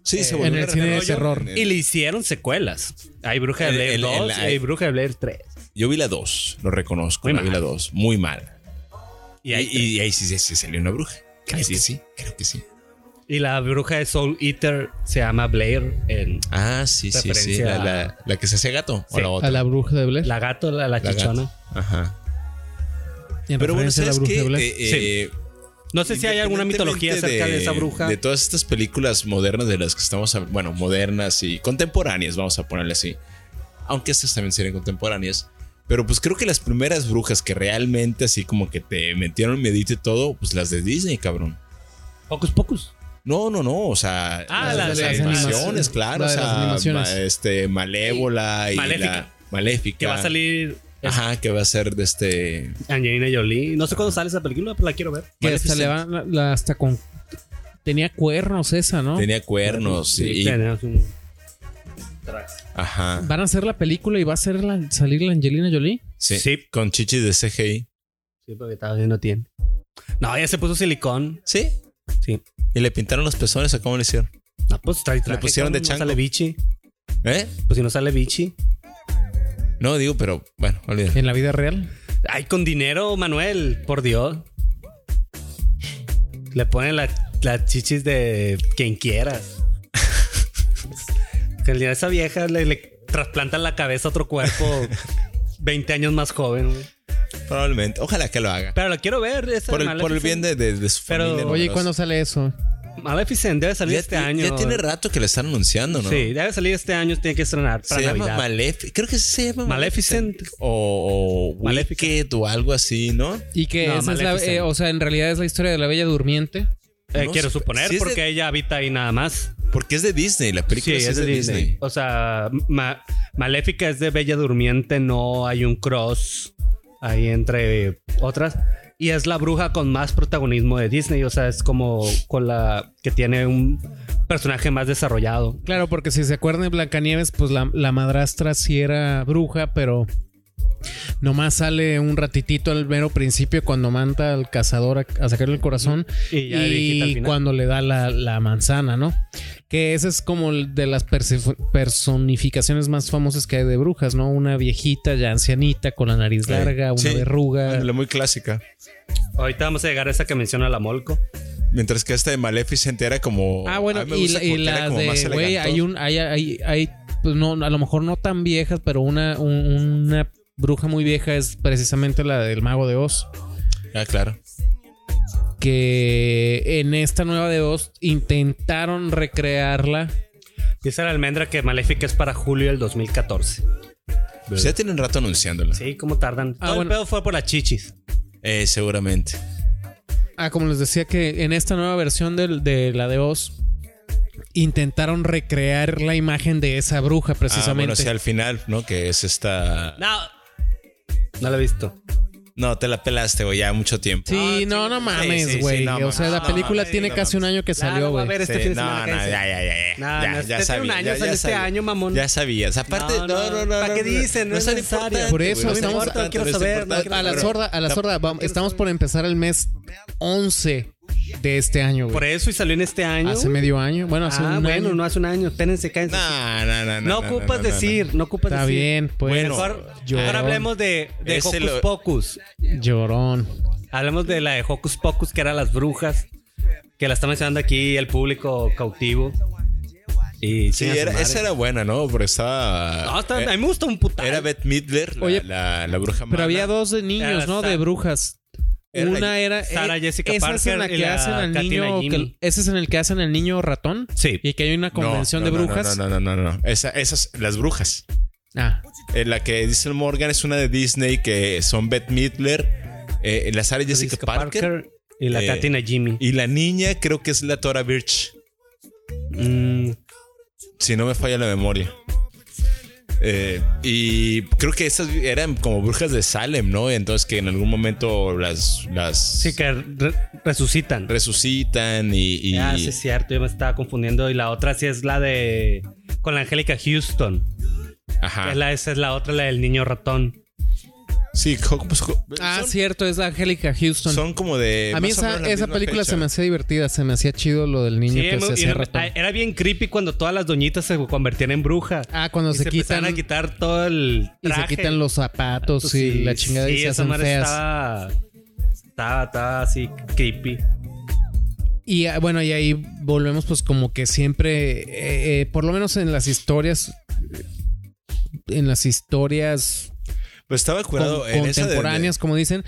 [SPEAKER 4] Sí, se
[SPEAKER 3] Eh,
[SPEAKER 4] volvió
[SPEAKER 6] en el
[SPEAKER 4] un
[SPEAKER 6] cine de
[SPEAKER 4] rollo.
[SPEAKER 6] terror.
[SPEAKER 3] Y le hicieron secuelas. Hay Bruja de
[SPEAKER 4] El-
[SPEAKER 3] Blair
[SPEAKER 4] el-
[SPEAKER 3] 2
[SPEAKER 4] el-
[SPEAKER 3] y hay Bruja de Blair 3.
[SPEAKER 4] Yo vi la 2, lo reconozco.
[SPEAKER 3] Muy
[SPEAKER 4] la vi
[SPEAKER 3] mal.
[SPEAKER 4] la 2, muy mal.
[SPEAKER 3] Y,
[SPEAKER 4] Y
[SPEAKER 3] hay
[SPEAKER 4] ahí, y ahí sí, sí, sí salió una bruja. Ahí sí, sí, creo que sí.
[SPEAKER 3] Y la bruja de Soul Eater se llama Blair. En
[SPEAKER 4] Ah, sí, sí, sí.
[SPEAKER 3] Referencia
[SPEAKER 4] La,
[SPEAKER 3] a-
[SPEAKER 4] la- la que se hace gato.
[SPEAKER 3] Sí,
[SPEAKER 4] o la otra.
[SPEAKER 6] A la bruja de Blair.
[SPEAKER 3] la gato, la, la
[SPEAKER 4] La gata.
[SPEAKER 3] chichona.
[SPEAKER 4] Ajá.
[SPEAKER 6] en
[SPEAKER 4] Pero bueno,
[SPEAKER 6] referencia a la
[SPEAKER 4] ¿sabes
[SPEAKER 6] bruja
[SPEAKER 4] qué?
[SPEAKER 6] de Blair.
[SPEAKER 4] Eh, eh,
[SPEAKER 3] No sé si hay alguna mitología
[SPEAKER 4] independientemente
[SPEAKER 3] acerca de,
[SPEAKER 4] de-
[SPEAKER 3] esa bruja.
[SPEAKER 4] De todas estas películas modernas de las que estamos, hab- bueno, modernas y contemporáneas, vamos a ponerle así. Aunque estas también serían contemporáneas. Pero pues creo que las primeras brujas que realmente así como que te metieron miedito y todo, pues las de Disney, cabrón.
[SPEAKER 3] Pocus Pocus.
[SPEAKER 4] No, no, no, o sea,
[SPEAKER 3] Ah,
[SPEAKER 4] las,
[SPEAKER 3] la de
[SPEAKER 4] las
[SPEAKER 3] las
[SPEAKER 4] animaciones,
[SPEAKER 6] animaciones.
[SPEAKER 4] claro,
[SPEAKER 6] La de
[SPEAKER 4] o sea,
[SPEAKER 6] las animaciones.
[SPEAKER 4] ma- este Malévola y
[SPEAKER 3] Maléfica.
[SPEAKER 4] la- Maléfica.
[SPEAKER 3] Que va a salir
[SPEAKER 4] Ajá, que va a ser de este
[SPEAKER 3] Angelina Jolie. No sé cuándo sale esa película, pero la quiero ver.
[SPEAKER 6] que hasta
[SPEAKER 4] Maleficent.
[SPEAKER 6] le van, la- la- hasta con. Tenía cuernos esa, ¿no?
[SPEAKER 4] tenía cuernos y
[SPEAKER 3] tenemos un-
[SPEAKER 4] ajá.
[SPEAKER 6] Van a hacer la película y va a ser la- salir la Angelina Jolie.
[SPEAKER 4] Sí,
[SPEAKER 3] Sí.
[SPEAKER 4] con chichis de CGI.
[SPEAKER 3] Sí, porque estaba haciendo tiene. No, ya se puso silicón.
[SPEAKER 4] Sí.
[SPEAKER 3] Sí.
[SPEAKER 4] ¿Y le pintaron los pezones o cómo le hicieron?
[SPEAKER 3] Ah, pues trae traje,
[SPEAKER 4] pusieron de
[SPEAKER 3] cabrón,
[SPEAKER 4] chango.
[SPEAKER 3] No sale bichi.
[SPEAKER 4] ¿Eh?
[SPEAKER 3] Pues si no sale bichi.
[SPEAKER 4] No, digo, pero bueno, olvídalo.
[SPEAKER 6] en la vida real.
[SPEAKER 3] Ay, con dinero, Manuel, por Dios. Le ponen la- las chichis de quien quieras. Que a esa vieja le, le trasplantan la cabeza a otro cuerpo 20 años más joven. güey.
[SPEAKER 4] Probablemente. Ojalá que lo haga.
[SPEAKER 3] Pero lo quiero ver. esa
[SPEAKER 4] Por el, por el
[SPEAKER 3] Maleficent.
[SPEAKER 4] bien de, de- de su
[SPEAKER 3] Pero-
[SPEAKER 4] familia.
[SPEAKER 6] Oye, ¿y
[SPEAKER 4] numerosa.
[SPEAKER 6] cuándo sale eso?
[SPEAKER 3] Maleficent debe salir
[SPEAKER 4] ya,
[SPEAKER 3] este
[SPEAKER 4] ya-
[SPEAKER 3] año.
[SPEAKER 4] ya tiene rato que le están anunciando, ¿no?
[SPEAKER 3] Sí, debe salir este año. Tiene que estrenar para
[SPEAKER 4] Se llama
[SPEAKER 3] Navidad.
[SPEAKER 4] Maleficent. Creo que se llama
[SPEAKER 3] Maleficent.
[SPEAKER 4] O, o
[SPEAKER 3] Maleficent.
[SPEAKER 4] Wicked o algo así, ¿no?
[SPEAKER 6] Y que
[SPEAKER 3] No,
[SPEAKER 6] esa es la,
[SPEAKER 3] Maleficent.
[SPEAKER 6] eh, o sea, en realidad es la historia de la Bella Durmiente.
[SPEAKER 3] Eh,
[SPEAKER 4] No
[SPEAKER 3] quiero
[SPEAKER 4] sé,
[SPEAKER 3] suponer,
[SPEAKER 4] si es de-
[SPEAKER 3] porque ella habita ahí nada más.
[SPEAKER 4] Porque es de Disney. La película sí es, de, Disney.
[SPEAKER 3] O sea, Ma- Maléfica es de Bella Durmiente, no hay un cross ahí entre otras. Y es la bruja con más protagonismo de Disney, o sea, es como con la que tiene un personaje más desarrollado.
[SPEAKER 6] Claro, porque si se acuerdan de Blancanieves, pues la, la madrastra sí era bruja, pero nomás sale un ratitito al mero principio cuando manda al cazador a, a sacarle el corazón
[SPEAKER 3] Y ya de viejita al
[SPEAKER 6] y
[SPEAKER 3] final.
[SPEAKER 6] cuando le da la, la manzana, ¿no? Que esa es como el de las persif- personificaciones más famosas que hay de brujas, ¿no? Una viejita ya ancianita con la nariz larga, una
[SPEAKER 4] Sí.
[SPEAKER 6] verruga.
[SPEAKER 4] La muy clásica.
[SPEAKER 3] Ahorita vamos a llegar a esa que menciona la Molco.
[SPEAKER 4] Mientras que esta de Maleficent era como.
[SPEAKER 6] Ah, bueno,
[SPEAKER 4] a mí me
[SPEAKER 6] y,
[SPEAKER 4] gusta
[SPEAKER 6] y
[SPEAKER 4] porque era
[SPEAKER 6] las
[SPEAKER 4] como más
[SPEAKER 6] de, güey,
[SPEAKER 4] elegantón.
[SPEAKER 6] hay un, hay, hay, hay, pues no, a lo mejor no tan viejas, pero una, un- una bruja muy vieja es precisamente la del mago de Oz,
[SPEAKER 4] Ah, claro.
[SPEAKER 6] que en esta nueva de Oz intentaron recrearla.
[SPEAKER 3] Dice la almendra que Maléfica es para julio del 2014.
[SPEAKER 4] Pues ya tienen rato anunciándola.
[SPEAKER 3] Sí, ¿cómo tardan?
[SPEAKER 6] Ah,
[SPEAKER 3] Todo
[SPEAKER 6] bueno.
[SPEAKER 3] el pedo fue por las chichis.
[SPEAKER 4] Eh, seguramente.
[SPEAKER 6] Ah, como les decía que en esta nueva versión del- de, la de Oz intentaron recrear la imagen de esa bruja
[SPEAKER 4] Ah, bueno,
[SPEAKER 6] precisamente.
[SPEAKER 4] sí, al final, ¿no? Que es esta.
[SPEAKER 3] No. No lo he visto.
[SPEAKER 4] No, te la pelaste, güey, ya mucho tiempo.
[SPEAKER 6] Sí, no, no
[SPEAKER 4] Sí,
[SPEAKER 6] mames,
[SPEAKER 4] sí, sí,
[SPEAKER 6] güey.
[SPEAKER 4] no
[SPEAKER 6] o sea,
[SPEAKER 4] mames,
[SPEAKER 6] la
[SPEAKER 4] no
[SPEAKER 6] película
[SPEAKER 4] mames,
[SPEAKER 6] tiene
[SPEAKER 4] no
[SPEAKER 6] casi un
[SPEAKER 4] mames.
[SPEAKER 6] año que
[SPEAKER 3] Ah, no,
[SPEAKER 6] salió,
[SPEAKER 3] voy a
[SPEAKER 6] güey.
[SPEAKER 3] ver este
[SPEAKER 4] Sí,
[SPEAKER 3] fin de
[SPEAKER 4] no,
[SPEAKER 3] semana,
[SPEAKER 4] no, ya,
[SPEAKER 3] cállense.
[SPEAKER 4] ya, ya, ya.
[SPEAKER 3] No,
[SPEAKER 4] ya,
[SPEAKER 3] no,
[SPEAKER 4] ya
[SPEAKER 3] este
[SPEAKER 4] sabía,
[SPEAKER 3] un año
[SPEAKER 4] ya-
[SPEAKER 3] salió
[SPEAKER 4] ya
[SPEAKER 3] este
[SPEAKER 4] sabía.
[SPEAKER 3] año, mamón.
[SPEAKER 4] Ya sabías. Aparte, no,
[SPEAKER 3] No,
[SPEAKER 4] no,
[SPEAKER 3] no,
[SPEAKER 4] no.
[SPEAKER 3] ¿para
[SPEAKER 4] no,
[SPEAKER 3] qué
[SPEAKER 4] no,
[SPEAKER 3] dicen? No
[SPEAKER 4] es
[SPEAKER 3] es
[SPEAKER 4] tan
[SPEAKER 3] necesario.
[SPEAKER 4] importante,
[SPEAKER 6] Por
[SPEAKER 4] güey,
[SPEAKER 6] eso
[SPEAKER 4] no es
[SPEAKER 6] estamos-
[SPEAKER 4] importante,
[SPEAKER 3] quiero
[SPEAKER 4] no es
[SPEAKER 3] saber, no
[SPEAKER 4] importante,
[SPEAKER 3] quiero
[SPEAKER 6] A la
[SPEAKER 4] pero-
[SPEAKER 3] Pero-
[SPEAKER 6] sorda, a la sorda. Vamos, estamos por empezar el mes 11 de este año, güey.
[SPEAKER 3] Por eso y salió en este año.
[SPEAKER 6] Hace medio año. Bueno, hace
[SPEAKER 3] ah,
[SPEAKER 6] un
[SPEAKER 3] bueno,
[SPEAKER 6] año.
[SPEAKER 3] no hace un año. Espérense, cállense.
[SPEAKER 4] No, no, no, no.
[SPEAKER 3] no,
[SPEAKER 4] no,
[SPEAKER 3] ocupas
[SPEAKER 4] no, no, no.
[SPEAKER 3] decir, no, ocupas
[SPEAKER 6] Está
[SPEAKER 3] decir.
[SPEAKER 6] bien, pues.
[SPEAKER 4] Bueno,
[SPEAKER 3] Mejor,
[SPEAKER 6] yo-
[SPEAKER 3] ahora hablemos de, de
[SPEAKER 4] Ese
[SPEAKER 3] Hocus
[SPEAKER 4] lo-
[SPEAKER 3] Pocus.
[SPEAKER 6] Llorón.
[SPEAKER 3] Hablemos de la de Hocus Pocus, que eran las brujas, que la está mencionando aquí el público cautivo. Y
[SPEAKER 4] Sí,
[SPEAKER 3] chinga su
[SPEAKER 4] era-
[SPEAKER 3] madre.
[SPEAKER 4] esa era buena, ¿no? Porque estaba.
[SPEAKER 3] No, está-
[SPEAKER 4] eh,
[SPEAKER 3] a mí me gusta un putal.
[SPEAKER 4] Era Beth Midler, la,
[SPEAKER 6] Oye,
[SPEAKER 4] la, la bruja
[SPEAKER 6] Pero
[SPEAKER 4] mala.
[SPEAKER 6] había dos de niños,
[SPEAKER 3] Era
[SPEAKER 6] ¿no?
[SPEAKER 3] Sa-
[SPEAKER 6] De brujas.
[SPEAKER 4] Era la-
[SPEAKER 6] Una era.
[SPEAKER 3] Sarah
[SPEAKER 6] eh,
[SPEAKER 3] Jessica
[SPEAKER 6] esa es en la
[SPEAKER 3] Parker y
[SPEAKER 6] que
[SPEAKER 3] la
[SPEAKER 6] hacen al
[SPEAKER 3] Katina
[SPEAKER 6] niño.
[SPEAKER 3] Jimmy.
[SPEAKER 6] que- ese es en el que hacen al niño ratón.
[SPEAKER 3] Sí.
[SPEAKER 6] Y que hay una
[SPEAKER 4] No,
[SPEAKER 6] convención
[SPEAKER 4] no,
[SPEAKER 6] de
[SPEAKER 4] no,
[SPEAKER 6] brujas.
[SPEAKER 4] No, no, no, no. no. Esa, esas, las brujas.
[SPEAKER 6] Ah,
[SPEAKER 4] Eh, la que dice el Morgan es una de Disney que son Beth Midler, eh, la Sarah Jessica,
[SPEAKER 3] Jessica
[SPEAKER 4] Parker,
[SPEAKER 3] y la
[SPEAKER 4] Eh,
[SPEAKER 3] Katina Jimmy.
[SPEAKER 4] y la niña creo que es la Tora Birch,
[SPEAKER 3] Mm,
[SPEAKER 4] si no me falla la memoria. Eh, y creo que esas eran como brujas de Salem, ¿no? Entonces que en algún momento las, las
[SPEAKER 3] sí, que re- resucitan.
[SPEAKER 4] resucitan y, y-
[SPEAKER 3] Ah, sí, es cierto. Yo me estaba confundiendo. Y la otra sí es la de. Con la Angélica Houston.
[SPEAKER 4] ajá.
[SPEAKER 3] Es la- esa es la otra, la del niño ratón.
[SPEAKER 4] Sí, jo- pues, jo-
[SPEAKER 6] Ah,
[SPEAKER 4] son,
[SPEAKER 6] cierto, es la Angélica Houston.
[SPEAKER 4] son como de
[SPEAKER 6] a mí
[SPEAKER 4] más o
[SPEAKER 6] esa,
[SPEAKER 4] menos la
[SPEAKER 6] esa
[SPEAKER 4] misma
[SPEAKER 6] película
[SPEAKER 4] fecha.
[SPEAKER 6] se me hacía divertida. Se me hacía chido lo del niño
[SPEAKER 3] Sí,
[SPEAKER 6] que
[SPEAKER 3] me-
[SPEAKER 6] se
[SPEAKER 3] y
[SPEAKER 6] hacía
[SPEAKER 3] no-
[SPEAKER 6] ratón.
[SPEAKER 3] a- era bien creepy cuando todas las doñitas se convertían en bruja.
[SPEAKER 6] Ah, cuando
[SPEAKER 3] Y
[SPEAKER 6] se, quitan.
[SPEAKER 3] empezaron a quitar todo el
[SPEAKER 6] Y se
[SPEAKER 3] traje. Pues
[SPEAKER 6] quitan los zapatos
[SPEAKER 3] Sí,
[SPEAKER 6] y la chingada
[SPEAKER 3] sí,
[SPEAKER 6] y se
[SPEAKER 3] esa
[SPEAKER 6] hacen
[SPEAKER 3] madre
[SPEAKER 6] feas.
[SPEAKER 3] Estaba, estaba, estaba así creepy.
[SPEAKER 6] Y ah, bueno, y ahí volvemos pues como que siempre, eh, eh, por lo menos en las historias, en las historias
[SPEAKER 4] Pues estaba curado
[SPEAKER 6] con-
[SPEAKER 4] en esa de- de-
[SPEAKER 6] contemporáneas, como dicen,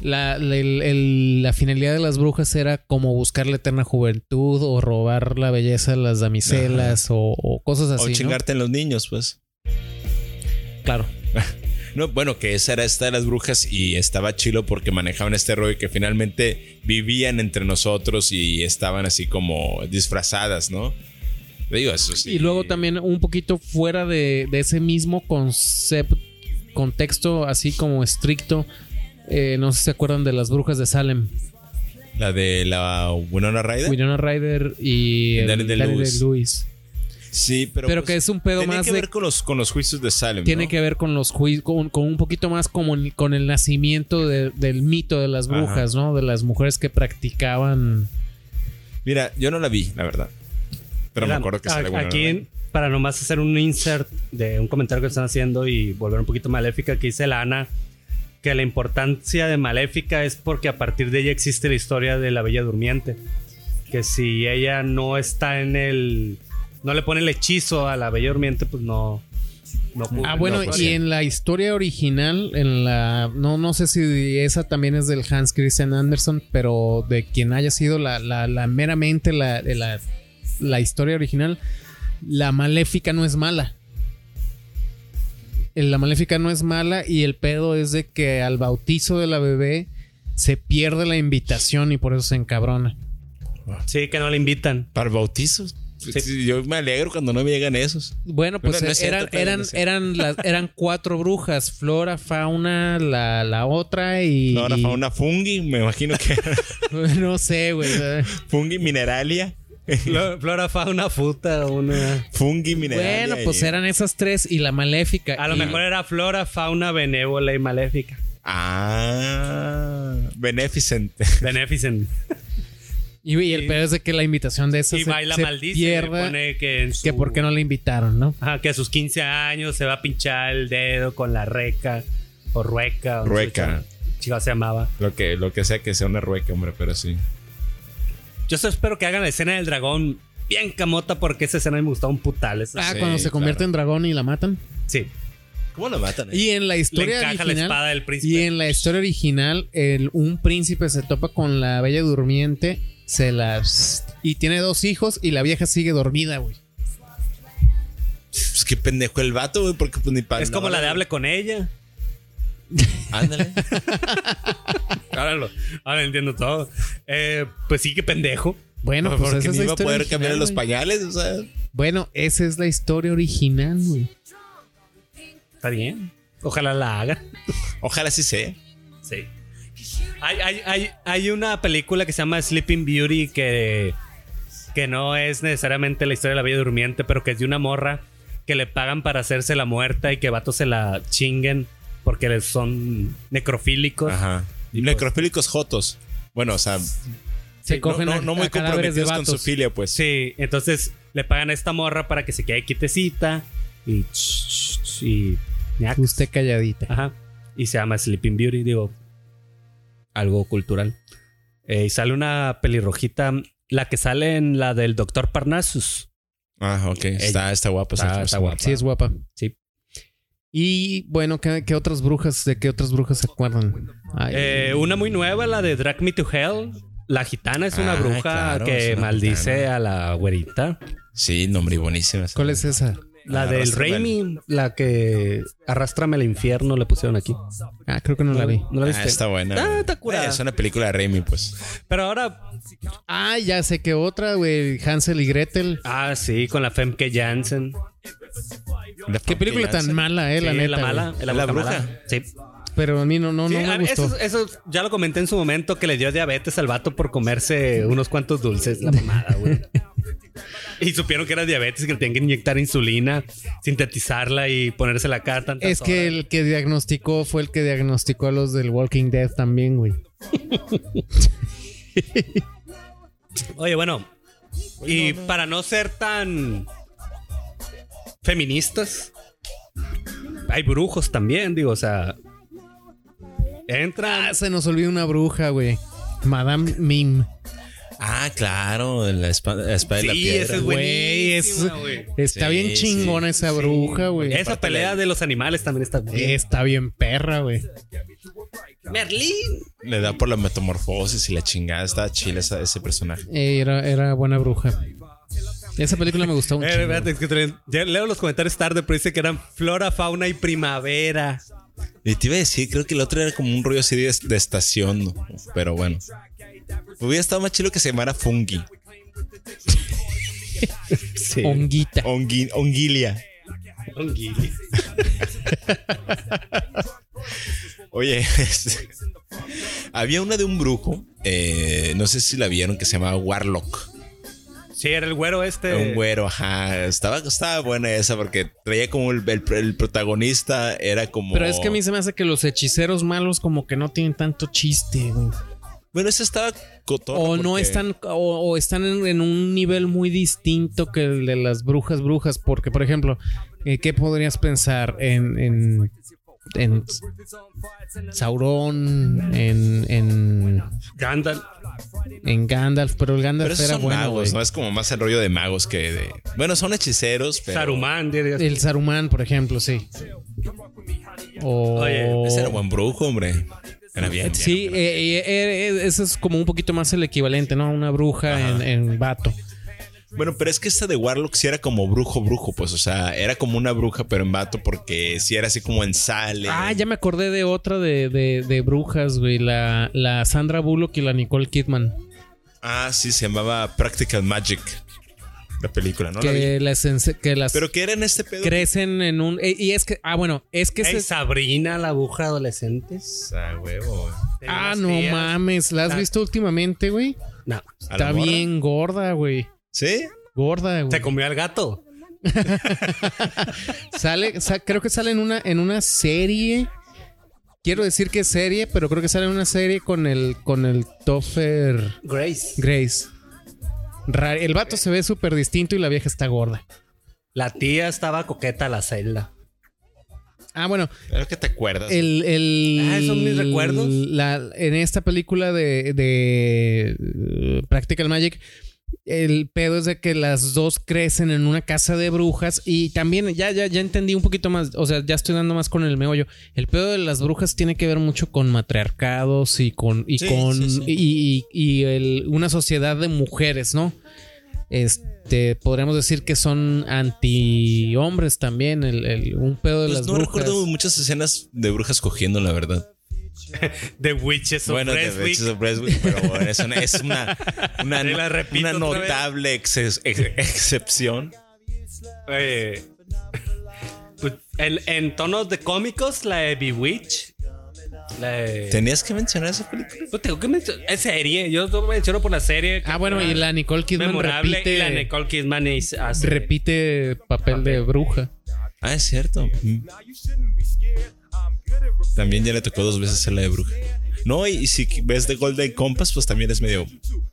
[SPEAKER 6] la, la- el- el- la finalidad de las brujas era como buscar la eterna juventud o robar la belleza de las damiselas o, o cosas
[SPEAKER 4] o
[SPEAKER 6] así. ¿no?
[SPEAKER 4] chingarte en los niños, pues.
[SPEAKER 6] Claro.
[SPEAKER 4] No, bueno, que esa era esta de las brujas y estaba chilo porque manejaban este rollo que finalmente vivían entre nosotros y estaban así como disfrazadas, ¿no? Digo, eso sí.
[SPEAKER 6] Y luego también un poquito fuera de, de ese mismo concepto, contexto así como estricto. eh, no sé si se acuerdan de las brujas de Salem.
[SPEAKER 4] La de la Winona Ryder.
[SPEAKER 6] Winona Ryder y el
[SPEAKER 4] Daniel Day-Lewis.
[SPEAKER 6] Day-Lewis.
[SPEAKER 4] Sí, pero.
[SPEAKER 6] Pero
[SPEAKER 4] pues,
[SPEAKER 6] que es un pedo
[SPEAKER 4] tenía
[SPEAKER 6] más
[SPEAKER 4] que
[SPEAKER 6] de-
[SPEAKER 4] ver con los, con los juicios de Salem.
[SPEAKER 6] Tiene
[SPEAKER 4] ¿no?
[SPEAKER 6] que ver con los juicios, con, con un poquito más como el- con el nacimiento de- del mito de las brujas, ¿no? De las mujeres que practicaban
[SPEAKER 4] Mira, yo no la vi, la verdad. Pero me
[SPEAKER 3] Mira,
[SPEAKER 4] acuerdo que
[SPEAKER 3] a-
[SPEAKER 4] sale buena.
[SPEAKER 3] Aquí,
[SPEAKER 4] ¿verdad?
[SPEAKER 3] para nomás hacer un insert de un comentario que están haciendo y volver un poquito maléfica, que dice la Ana que la importancia de Maléfica es porque a partir de ella existe la historia de la Bella Durmiente. Que si ella no está en el. No le pone el hechizo a la Bella Durmiente, pues no. no pu-
[SPEAKER 6] Ah,
[SPEAKER 3] no
[SPEAKER 6] bueno,
[SPEAKER 4] pues,
[SPEAKER 3] puede.
[SPEAKER 6] y en la historia original, en la. No, no sé si esa también es del Hans Christian Andersen, pero de quien haya sido la, la- la meramente la, de la, la historia original, la maléfica no es mala. Eh, La maléfica no es mala y el pedo es de que al bautizo de la bebé se pierde la invitación y por eso se encabrona.
[SPEAKER 3] Sí, que no le invitan.
[SPEAKER 4] Para bautizos.
[SPEAKER 3] Sí.
[SPEAKER 4] Yo me alegro cuando no me llegan esos.
[SPEAKER 6] Bueno, pues
[SPEAKER 4] No, no es cierto,
[SPEAKER 6] eran,
[SPEAKER 4] todavía
[SPEAKER 6] eran,
[SPEAKER 4] no es cierto.
[SPEAKER 6] eran, las, eran cuatro brujas, Flora, Fauna, la, la otra y...
[SPEAKER 4] No, ahora fue una fungi, me imagino que era
[SPEAKER 6] No sé, güey.
[SPEAKER 4] fungi mineralia.
[SPEAKER 3] Flo- Flora fauna futa, una.
[SPEAKER 4] Fungi mineralia.
[SPEAKER 6] bueno, pues
[SPEAKER 4] y-
[SPEAKER 6] eran esas tres y la maléfica.
[SPEAKER 3] A lo
[SPEAKER 6] Y-
[SPEAKER 3] mejor era flora, fauna, benévola y maléfica.
[SPEAKER 4] Ah, beneficent.
[SPEAKER 3] Beneficent.
[SPEAKER 6] Y, y el peor es de que la invitación de esas
[SPEAKER 3] Y
[SPEAKER 6] se,
[SPEAKER 3] baila
[SPEAKER 6] se
[SPEAKER 3] maldice. y le
[SPEAKER 6] pierda,
[SPEAKER 3] pone que, en
[SPEAKER 6] que
[SPEAKER 3] su-
[SPEAKER 6] por qué no la invitaron, ¿no?
[SPEAKER 3] Ajá, que a sus 15 años se va a pinchar el dedo con la reca o rueca. o no sé
[SPEAKER 4] Rueca.
[SPEAKER 3] qué Chica se llamaba.
[SPEAKER 4] Lo que, lo que sea que sea una rueca, hombre, pero sí.
[SPEAKER 3] Yo solo espero que hagan la escena del dragón bien camota porque esa escena me gustó un putal. esa-
[SPEAKER 6] Ah,
[SPEAKER 4] Sí,
[SPEAKER 6] cuando se convierte
[SPEAKER 4] claro.
[SPEAKER 6] en dragón y la matan.
[SPEAKER 3] Sí,
[SPEAKER 4] ¿Cómo lo matan?
[SPEAKER 6] Y en la
[SPEAKER 3] le
[SPEAKER 6] historia
[SPEAKER 3] encaja la
[SPEAKER 6] Ah, original...
[SPEAKER 3] espada del príncipe.
[SPEAKER 6] Y en la historia original, el, un príncipe se topa con la bella durmiente, se las... Y tiene dos hijos y la vieja sigue dormida, güey.
[SPEAKER 4] Pues qué pendejo el vato, güey, porque pues ni para.
[SPEAKER 3] Es como la de hable con ella.
[SPEAKER 4] Ándale.
[SPEAKER 3] Ahora lo, ahora lo entiendo todo. Eh, pues sí, qué pendejo.
[SPEAKER 6] Bueno, pues
[SPEAKER 4] porque
[SPEAKER 6] esa es
[SPEAKER 4] ni
[SPEAKER 6] la
[SPEAKER 4] iba a
[SPEAKER 6] historia
[SPEAKER 4] poder
[SPEAKER 6] original,
[SPEAKER 4] cambiar los
[SPEAKER 6] güey.
[SPEAKER 4] pañales, o sea.
[SPEAKER 6] Bueno, esa es la historia original, güey.
[SPEAKER 3] Está bien. Ojalá la haga.
[SPEAKER 4] Ojalá sí sea.
[SPEAKER 3] Sí. Hay, hay- hay- hay una película que se llama Sleeping Beauty que, que no es necesariamente la historia de la Bella Durmiente, pero que es de una morra que le pagan para hacerse la muerta y que vatos se la chinguen porque les- son necrofílicos.
[SPEAKER 4] Ajá. Necrofílicos jotos. Bueno, o sea,
[SPEAKER 6] Se
[SPEAKER 3] Sí,
[SPEAKER 6] cogen
[SPEAKER 4] no,
[SPEAKER 6] a-
[SPEAKER 4] no
[SPEAKER 6] a
[SPEAKER 4] muy
[SPEAKER 6] cadáveres de
[SPEAKER 4] comprometidos con su
[SPEAKER 6] vatos.
[SPEAKER 4] filia, pues.
[SPEAKER 3] Sí, entonces le pagan a esta morra para que se quede quitecita y... ch- ch- ch- y
[SPEAKER 6] Usted calladita.
[SPEAKER 3] Ajá. Y se llama Sleeping Beauty, digo, algo cultural. Eh, y sale una pelirrojita, la que sale en la del Doctor Parnassus.
[SPEAKER 4] Ah, ok. Está, está guapo.
[SPEAKER 3] Está- está guapa.
[SPEAKER 6] Ah, Sí, es guapa.
[SPEAKER 3] Sí.
[SPEAKER 6] Y bueno, ¿qué, qué otras brujas, de qué otras brujas se acuerdan? Ay,
[SPEAKER 3] Eh, una muy nueva, la de Drag Me to Hell. La gitana es una
[SPEAKER 4] Ah,
[SPEAKER 3] bruja
[SPEAKER 4] claro, es
[SPEAKER 3] que
[SPEAKER 4] una
[SPEAKER 3] maldice
[SPEAKER 4] gitana.
[SPEAKER 3] a la güerita.
[SPEAKER 4] Sí, nombre buenísima.
[SPEAKER 6] ¿Cuál es esa?
[SPEAKER 3] La
[SPEAKER 4] Ah,
[SPEAKER 3] del
[SPEAKER 4] Arrástrame al-
[SPEAKER 3] Raimi, la que arrastrame al infierno, le pusieron aquí.
[SPEAKER 6] Ah, creo que no la vi.
[SPEAKER 3] ¿No la
[SPEAKER 4] Ah,
[SPEAKER 3] viste?
[SPEAKER 4] está buena.
[SPEAKER 3] Ah,
[SPEAKER 4] güey.
[SPEAKER 3] está curada.
[SPEAKER 4] Eh, es una película de Raimi, pues.
[SPEAKER 3] Pero ahora,
[SPEAKER 6] Ah, ya sé que otra, güey. Hansel y Gretel.
[SPEAKER 3] ah, sí, con la Femke Jansen.
[SPEAKER 6] Qué película tan mala, eh, la
[SPEAKER 3] Ah, Sí,
[SPEAKER 6] neta.
[SPEAKER 3] la
[SPEAKER 6] güey.
[SPEAKER 3] mala, la,
[SPEAKER 4] La
[SPEAKER 3] bruja.
[SPEAKER 4] bruja.
[SPEAKER 3] mala. Sí.
[SPEAKER 6] Pero a mí no, no,
[SPEAKER 3] Sí,
[SPEAKER 6] no
[SPEAKER 3] a-
[SPEAKER 6] me
[SPEAKER 3] eso,
[SPEAKER 6] gustó.
[SPEAKER 3] eso ya lo comenté en su momento que le dio diabetes al vato por comerse unos cuantos dulces, la mamada, güey. Y supieron que era diabetes, que le tenían que inyectar insulina, sintetizarla y ponérsela acá tantas
[SPEAKER 6] Es
[SPEAKER 3] horas.
[SPEAKER 6] que el que diagnosticó fue el que diagnosticó a los del Walking Dead también, güey.
[SPEAKER 3] Oye, bueno. Y para no ser tan feministas, hay brujos también, digo, o sea. Entran.
[SPEAKER 6] Ah, se nos olvidó una bruja, güey. Madame Mim.
[SPEAKER 4] Ah, claro. La espa- la espada, de la
[SPEAKER 3] Sí,
[SPEAKER 4] piedra.
[SPEAKER 3] ese es
[SPEAKER 4] güey.
[SPEAKER 6] Güey, es-
[SPEAKER 3] buenísima, güey.
[SPEAKER 6] Está
[SPEAKER 4] Sí,
[SPEAKER 6] bien chingona
[SPEAKER 4] sí,
[SPEAKER 6] esa bruja, güey.
[SPEAKER 3] Esa pelea de los animales también está bien.
[SPEAKER 6] Está bien perra, güey.
[SPEAKER 3] Merlín.
[SPEAKER 4] Le da por la metamorfosis y la chingada. Está chile esa- ese personaje.
[SPEAKER 6] Eh, Era, era buena bruja. Esa película me gustó
[SPEAKER 3] Eh,
[SPEAKER 6] mucho.
[SPEAKER 3] espérate, es que traen- ya leo los comentarios tarde, pero dice que eran flora, fauna y primavera.
[SPEAKER 4] Y te iba a decir, creo que el otro era como un rollo así de, de estación. ¿no? Pero bueno. Hubiera estado más chido que se llamara Fungi.
[SPEAKER 3] Sí.
[SPEAKER 6] Honguita.
[SPEAKER 4] Ongi- onguilia. Oye, este, había una de un brujo, eh, no sé si la vieron, que se llamaba Warlock.
[SPEAKER 3] Sí, era el güero este.
[SPEAKER 4] Un güero, ajá. Estaba, estaba buena esa porque traía como el, el- el protagonista, era como.
[SPEAKER 6] Pero es que a mí se me hace que los hechiceros malos como que no tienen tanto chiste, güey.
[SPEAKER 4] Bueno, esa estaba cotona.
[SPEAKER 6] O no
[SPEAKER 4] porque-
[SPEAKER 6] están, o, o están en, en un nivel muy distinto que el de las brujas brujas, porque por ejemplo, eh, ¿qué podrías pensar en, en, en Sauron, en, en,
[SPEAKER 3] Gandalf.
[SPEAKER 6] en Gandalf? Pero el Gandalf
[SPEAKER 4] Pero esos
[SPEAKER 6] era
[SPEAKER 4] son
[SPEAKER 6] bueno,
[SPEAKER 4] magos,
[SPEAKER 6] güey.
[SPEAKER 4] ¿no? Es como más el rollo de magos que de. Bueno, son hechiceros, pero.
[SPEAKER 3] Saruman, dirías.
[SPEAKER 6] El Saruman, por ejemplo, sí. O...
[SPEAKER 3] Oye,
[SPEAKER 4] Ese era buen brujo, hombre. Era bien.
[SPEAKER 6] Sí,
[SPEAKER 4] bien,
[SPEAKER 6] eh, eh, eh, eh, eso es como un poquito más el equivalente, ¿no? Una bruja en, en vato.
[SPEAKER 4] Bueno, pero es que esta de Warlock sí era como brujo, brujo, pues, o sea, era como una bruja, pero en vato, porque sí era así como en sale.
[SPEAKER 6] Ah, ya me acordé de otra de, de- de brujas, güey. La, la Sandra Bullock y la Nicole Kidman.
[SPEAKER 4] Ah, sí, se llamaba Practical Magic. La película, ¿no? La vi.
[SPEAKER 6] que, las, ense- que las
[SPEAKER 4] Pero que era en este pedo.
[SPEAKER 6] crecen en un... eh, y es que... Ah, bueno, es que...
[SPEAKER 3] Ey,
[SPEAKER 6] se-
[SPEAKER 3] Sabrina, la bruja adolescentes.
[SPEAKER 4] Ah, huevo.
[SPEAKER 6] ah, no mames. ¿La has
[SPEAKER 3] Ah.
[SPEAKER 6] visto últimamente, güey?
[SPEAKER 3] No.
[SPEAKER 4] ¿A la
[SPEAKER 6] Está
[SPEAKER 4] morra?
[SPEAKER 6] bien gorda, güey.
[SPEAKER 4] ¿Sí?
[SPEAKER 6] Gorda, güey.
[SPEAKER 3] Se comió al gato.
[SPEAKER 6] Sale, sa- creo que sale en una, en una serie. Quiero decir que serie, pero creo que sale en una serie con el, con el Topher
[SPEAKER 3] Grace.
[SPEAKER 6] Grace. Ra- el vato se ve súper distinto y la vieja está gorda.
[SPEAKER 3] La tía estaba coqueta la celda.
[SPEAKER 6] Ah, bueno,
[SPEAKER 4] Claro que te acuerdas.
[SPEAKER 6] el, el-
[SPEAKER 3] Ah, son mis recuerdos.
[SPEAKER 6] la- en esta película de, de, eh, Practical Magic, el pedo es de que las dos crecen en una casa de brujas y también ya, ya, ya entendí un poquito más, o sea, ya estoy dando más con el meollo. El pedo de las brujas tiene que ver mucho con matriarcados y con, y
[SPEAKER 4] Sí,
[SPEAKER 6] con,
[SPEAKER 4] sí, sí.
[SPEAKER 6] y, y- y el- una sociedad de mujeres, ¿no? Este, podríamos decir que son anti hombres también, el, el- un pedo de
[SPEAKER 4] Pues
[SPEAKER 6] las
[SPEAKER 4] no
[SPEAKER 6] brujas.
[SPEAKER 4] recuerdo muchas escenas de brujas cogiendo, la verdad.
[SPEAKER 3] The Witches of
[SPEAKER 4] bueno, de
[SPEAKER 3] Reswick.
[SPEAKER 4] Witches of Reswick, pero bueno, es una, es una, una,
[SPEAKER 3] Te la repito
[SPEAKER 4] una
[SPEAKER 3] otra vez.
[SPEAKER 4] notable exce- ex- excepción.
[SPEAKER 3] Eh, pues, en, en tonos de cómicos, la de Bewitch. La de-
[SPEAKER 4] ¿Tenías que mencionar esa película?
[SPEAKER 3] Pues tengo que mencionar. Es serie. Yo lo menciono por la serie. que
[SPEAKER 6] Ah, bueno,
[SPEAKER 3] era
[SPEAKER 6] y la Nicole Kidman
[SPEAKER 3] memorable,
[SPEAKER 6] repite,
[SPEAKER 3] y la Nicole Kidman es- hace-
[SPEAKER 6] repite papel de bruja.
[SPEAKER 4] Ah, es cierto. Mm. También ya le tocó dos veces hacer la de bruja. No, y, y si ves de Golden Compass, pues también es medio,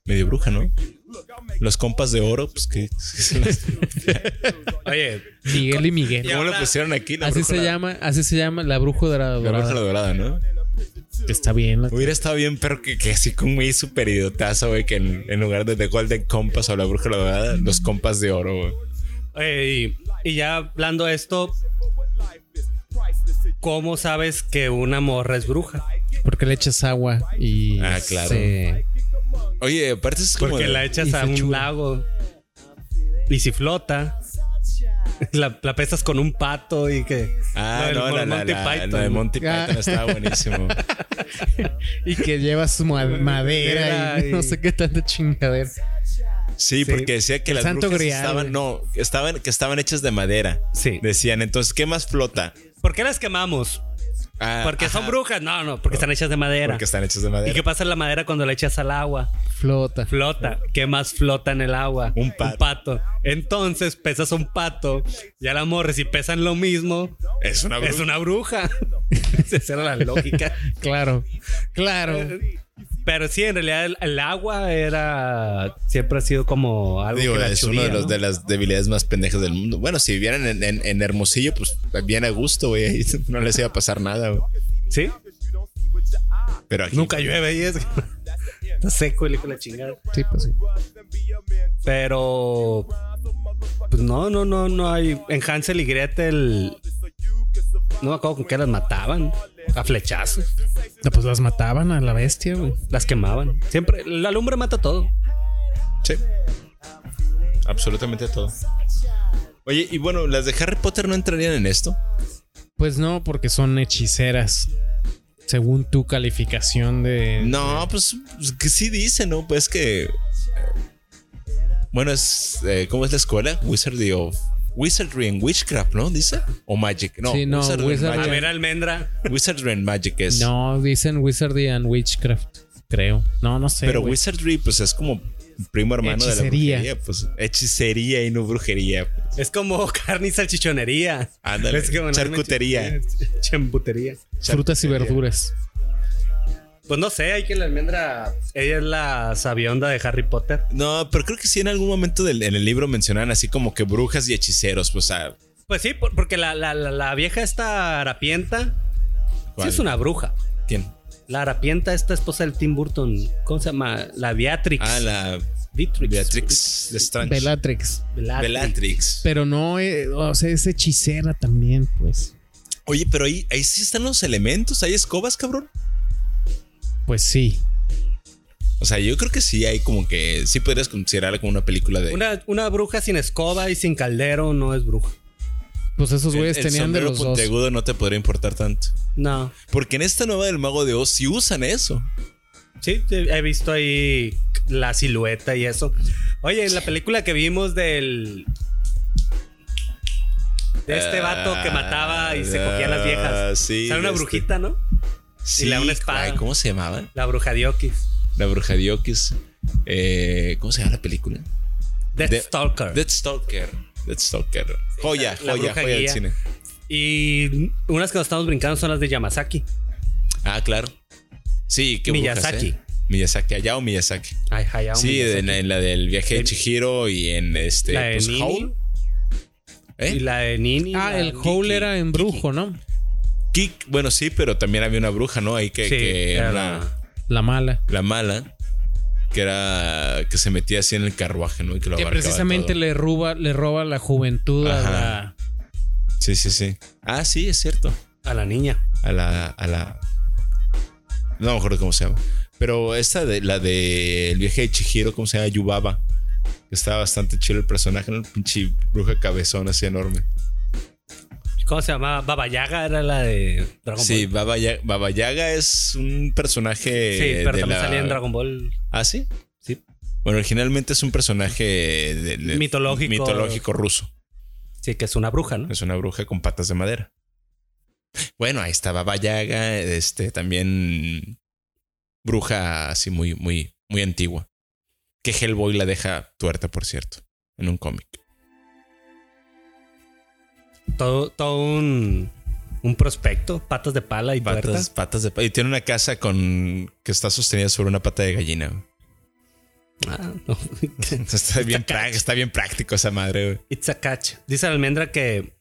[SPEAKER 4] medio bruja, ¿no? Los compas de oro, pues que.
[SPEAKER 3] Oye,
[SPEAKER 6] Miguel y Miguel.
[SPEAKER 4] ¿Cómo lo pusieron aquí? La
[SPEAKER 6] Así
[SPEAKER 4] bruja
[SPEAKER 6] se
[SPEAKER 4] la-
[SPEAKER 6] llama, así se llama la bruja de la
[SPEAKER 4] La bruja la dorada,
[SPEAKER 6] dorada.
[SPEAKER 4] ¿no?
[SPEAKER 6] Está bien. la-
[SPEAKER 4] Hubiera estado bien, pero que, que así como muy super idiotazo, güey, que en, en lugar de The Golden Compass o la bruja la dorada, los compas de oro, güey.
[SPEAKER 3] oye, y, y ya hablando de esto, ¿cómo sabes que una morra es bruja?
[SPEAKER 6] Porque le echas agua y
[SPEAKER 4] Ah, claro.
[SPEAKER 6] se-
[SPEAKER 4] Oye, aparte es como.
[SPEAKER 3] Porque
[SPEAKER 4] de-
[SPEAKER 3] la echas
[SPEAKER 6] Y
[SPEAKER 3] a
[SPEAKER 6] se
[SPEAKER 3] un
[SPEAKER 6] chula.
[SPEAKER 3] lago. Y si flota, la, la pesas con un pato y que.
[SPEAKER 4] Ah,
[SPEAKER 3] del
[SPEAKER 4] no, la, la,
[SPEAKER 3] Monty
[SPEAKER 4] la-
[SPEAKER 3] Python.
[SPEAKER 4] la de Monty
[SPEAKER 6] Ah.
[SPEAKER 4] Python estaba buenísimo.
[SPEAKER 6] y que llevas ma- madera y
[SPEAKER 3] y-
[SPEAKER 6] no sé qué tanta chingadera.
[SPEAKER 4] Sí, porque decía que
[SPEAKER 6] El
[SPEAKER 4] las
[SPEAKER 6] santo
[SPEAKER 4] brujas
[SPEAKER 6] grial,
[SPEAKER 4] estaban,
[SPEAKER 6] güey.
[SPEAKER 4] no, estaban, que estaban hechas de madera.
[SPEAKER 3] Sí.
[SPEAKER 4] Decían, entonces, ¿qué más flota?
[SPEAKER 3] ¿Por qué las quemamos?
[SPEAKER 4] Ah,
[SPEAKER 3] ¿Porque son
[SPEAKER 4] ajá,
[SPEAKER 3] brujas? No, no, porque están hechas de madera.
[SPEAKER 4] Porque están hechas de
[SPEAKER 3] ¿Y
[SPEAKER 4] madera.
[SPEAKER 3] qué pasa en la madera cuando la echas al agua?
[SPEAKER 6] Flota.
[SPEAKER 3] Flota. ¿Qué más flota en el agua?
[SPEAKER 4] Un pato.
[SPEAKER 3] Entonces pesas un pato y a la morra, si pesan lo mismo,
[SPEAKER 4] Es una bruja.
[SPEAKER 3] es una bruja. Esa era la lógica.
[SPEAKER 6] Claro. Claro.
[SPEAKER 3] Pero sí, en realidad el, el agua era. Siempre ha sido como algo
[SPEAKER 4] Digo,
[SPEAKER 3] que la
[SPEAKER 4] es
[SPEAKER 3] chudía,
[SPEAKER 4] una de, los-
[SPEAKER 3] ¿no?
[SPEAKER 4] de las debilidades más pendejas del mundo. Bueno, si vivieran en, en- en Hermosillo, pues bien a gusto, güey. ahí No les iba a pasar nada, güey.
[SPEAKER 3] Sí.
[SPEAKER 4] Pero aquí.
[SPEAKER 3] Nunca llueve y es. Está seco el hijo de la chingada.
[SPEAKER 6] Sí, pues sí.
[SPEAKER 3] Pero. Pues no, no, no, no hay. En Hansel y Gretel. No me acuerdo con qué las mataban. A flechazos.
[SPEAKER 6] No, pues las mataban a la bestia, güey.
[SPEAKER 3] Las quemaban. Siempre. La lumbre mata todo.
[SPEAKER 4] Sí. Absolutamente todo. Oye, y bueno, las de Harry Potter no entrarían en esto.
[SPEAKER 6] Pues no, porque son hechiceras. Según tu calificación de.
[SPEAKER 4] No, pues, pues, que sí dice, ¿no? Pues que. eh, Bueno, es. eh, ¿Cómo es la escuela? Wizardry of. Wizardry and Witchcraft, ¿no? Dice. O Magic. No,
[SPEAKER 6] Sí, no,
[SPEAKER 4] Wizardry, and
[SPEAKER 6] Wizardry
[SPEAKER 3] A
[SPEAKER 6] Ay,
[SPEAKER 4] Magic. Ah,
[SPEAKER 3] ver, almendra.
[SPEAKER 4] Wizardry and Magic es.
[SPEAKER 6] No, dicen Wizardry and Witchcraft, creo. No, no sé.
[SPEAKER 4] pero
[SPEAKER 6] güey.
[SPEAKER 4] Wizardry, pues es como primo hermano
[SPEAKER 6] Hechicería.
[SPEAKER 4] de la brujería. Pues hechicería y no brujería. pues.
[SPEAKER 3] Es como carne y salchichonería.
[SPEAKER 4] Ándale.
[SPEAKER 3] Es como-
[SPEAKER 4] Charcutería.
[SPEAKER 3] Chambutería.
[SPEAKER 6] frutas y verduras.
[SPEAKER 3] Pues no sé, hay que la almendra. Ella es la sabionda de Harry Potter.
[SPEAKER 4] No, pero creo que sí en algún momento del, en el libro mencionan así como que brujas y hechiceros. Pues ah,
[SPEAKER 3] Pues sí, por- porque la, la- la- la vieja esta harapienta sí
[SPEAKER 4] ¿cuál?
[SPEAKER 3] es una bruja.
[SPEAKER 4] ¿Quién?
[SPEAKER 3] La harapienta, esta esposa del Tim Burton, ¿cómo se llama? La Beatrix.
[SPEAKER 4] Ah, la
[SPEAKER 3] Beatrix.
[SPEAKER 4] Beatrix Lestrange.
[SPEAKER 6] Bellatrix.
[SPEAKER 3] Bellatrix.
[SPEAKER 4] Bellatrix.
[SPEAKER 6] Pero no, eh, o sea, es hechicera también, pues.
[SPEAKER 4] Oye, pero ahí, ahí sí están los elementos. ¿Hay escobas, cabrón?
[SPEAKER 6] Pues sí.
[SPEAKER 4] O sea, yo creo que sí hay como que... Sí podrías considerarla como una película de...
[SPEAKER 3] Una, una bruja sin escoba y sin caldero no es bruja.
[SPEAKER 6] Pues esos
[SPEAKER 4] El-
[SPEAKER 6] güeyes
[SPEAKER 4] el
[SPEAKER 6] tenían de
[SPEAKER 4] sombrero
[SPEAKER 6] los dos.
[SPEAKER 4] puntiagudo no te podría importar tanto.
[SPEAKER 3] No.
[SPEAKER 4] Porque en esta nueva del Mago de Oz sí usan eso.
[SPEAKER 3] Sí, sí, he visto ahí la silueta y eso. Oye, en la película que vimos del. De este vato que mataba y se cogía a las
[SPEAKER 4] Ah,
[SPEAKER 3] viejas.
[SPEAKER 4] sí,
[SPEAKER 3] Era una
[SPEAKER 4] este-
[SPEAKER 3] brujita, ¿no?
[SPEAKER 4] Sí,
[SPEAKER 3] le da una espada.
[SPEAKER 4] caray, ¿Cómo se llamaba?
[SPEAKER 3] La bruja Diokis.
[SPEAKER 4] La bruja de Oquis. Eh, ¿Cómo se llama la película?
[SPEAKER 3] Death
[SPEAKER 4] De-
[SPEAKER 3] Stalker.
[SPEAKER 4] Dead Stalker. Dead Stalker. Joya,
[SPEAKER 3] la- la
[SPEAKER 4] joya,
[SPEAKER 3] bruja
[SPEAKER 4] joya del
[SPEAKER 3] guía.
[SPEAKER 4] cine.
[SPEAKER 3] Y unas que nos estamos brincando son las de Yamazaki.
[SPEAKER 4] Ah, claro. Sí, qué brujas,
[SPEAKER 3] Miyazaki.
[SPEAKER 4] ¿eh? Miyazaki, Hayao Miyazaki.
[SPEAKER 3] Ay, Hayao
[SPEAKER 4] sí,
[SPEAKER 3] Miyazaki.
[SPEAKER 4] en la, en la del viaje de
[SPEAKER 3] El-
[SPEAKER 4] Chihiro y en este.
[SPEAKER 3] la de
[SPEAKER 4] pues,
[SPEAKER 3] Nini.
[SPEAKER 4] Howl. ¿Eh?
[SPEAKER 3] Y la de Nini.
[SPEAKER 6] Ah,
[SPEAKER 3] la-
[SPEAKER 6] el Howl era en brujo, ¿no?
[SPEAKER 4] Kick, bueno, sí, pero también había una bruja, ¿no? Ahí que,
[SPEAKER 3] Sí,
[SPEAKER 4] que era
[SPEAKER 3] era la-
[SPEAKER 4] la,
[SPEAKER 6] La mala.
[SPEAKER 4] la mala, que era que se metía así en el carruaje, ¿no? Y que lo
[SPEAKER 6] Que
[SPEAKER 4] abarcaba
[SPEAKER 6] precisamente
[SPEAKER 4] todo.
[SPEAKER 6] le roba, le roba la juventud a
[SPEAKER 4] Ajá.
[SPEAKER 6] la.
[SPEAKER 4] Sí, sí, sí. Ah, sí, es cierto.
[SPEAKER 3] A la niña.
[SPEAKER 4] A la. A la... No me acuerdo cómo se llama. Pero esta de la de El viaje de Chihiro, ¿cómo se llama? Yubaba. Que estaba bastante chido el personaje, ¿no? El pinche bruja cabezón así enorme.
[SPEAKER 3] ¿Cómo se llamaba? Baba Yaga era la de Dragon
[SPEAKER 4] Sí,
[SPEAKER 3] Ball.
[SPEAKER 4] Baba Yaga, Baba Yaga es un personaje.
[SPEAKER 3] Sí, pero
[SPEAKER 4] de
[SPEAKER 3] también
[SPEAKER 4] la-
[SPEAKER 3] salía en Dragon Ball.
[SPEAKER 4] ¿Ah, sí?
[SPEAKER 3] Sí.
[SPEAKER 4] Bueno, originalmente es un personaje de- de-
[SPEAKER 3] Mitológico.
[SPEAKER 4] mitológico ruso.
[SPEAKER 3] Sí, que es una bruja, ¿no?
[SPEAKER 4] Es una bruja con patas de madera. Bueno, ahí está Baba Yaga, este también bruja así muy, muy, muy antigua. Que Hellboy la deja tuerta, por cierto, en un cómic.
[SPEAKER 3] Todo, todo un, un prospecto, patas de pala y
[SPEAKER 4] Patas,
[SPEAKER 3] puertas.
[SPEAKER 4] patas de y tiene una casa con que está sostenida sobre una pata de gallina.
[SPEAKER 3] Ah, no.
[SPEAKER 4] Está bien, prá- está bien práctico esa madre. güey.
[SPEAKER 3] It's a catch. Dice la almendra que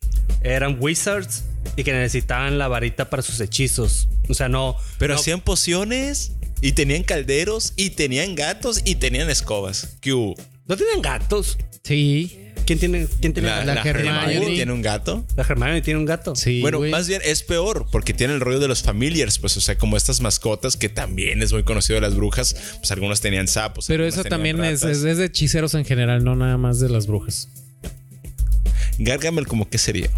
[SPEAKER 3] eran wizards y que necesitaban la varita para sus hechizos. O sea, no.
[SPEAKER 4] Pero
[SPEAKER 3] no-
[SPEAKER 4] hacían pociones y tenían calderos y tenían gatos y tenían escobas. ¿Qué hubo?
[SPEAKER 3] ¿No tienen gatos?
[SPEAKER 6] Sí,
[SPEAKER 3] ¿Quién tiene, quién tiene
[SPEAKER 4] La,
[SPEAKER 6] la
[SPEAKER 4] la
[SPEAKER 6] Hermione.
[SPEAKER 4] Hermione tiene un gato.
[SPEAKER 3] La Hermione tiene un gato.
[SPEAKER 6] sí.
[SPEAKER 4] Bueno,
[SPEAKER 6] güey.
[SPEAKER 4] más bien es peor porque tiene el rollo de los familiars, pues, o sea, como estas mascotas que también es muy conocido de las brujas, pues algunos tenían sapos.
[SPEAKER 6] Pero
[SPEAKER 4] algunos
[SPEAKER 6] eso
[SPEAKER 4] tenían
[SPEAKER 6] también es,
[SPEAKER 4] ratas.
[SPEAKER 6] es- es de hechiceros en general, no nada más de las brujas.
[SPEAKER 4] Gargamel como que sería,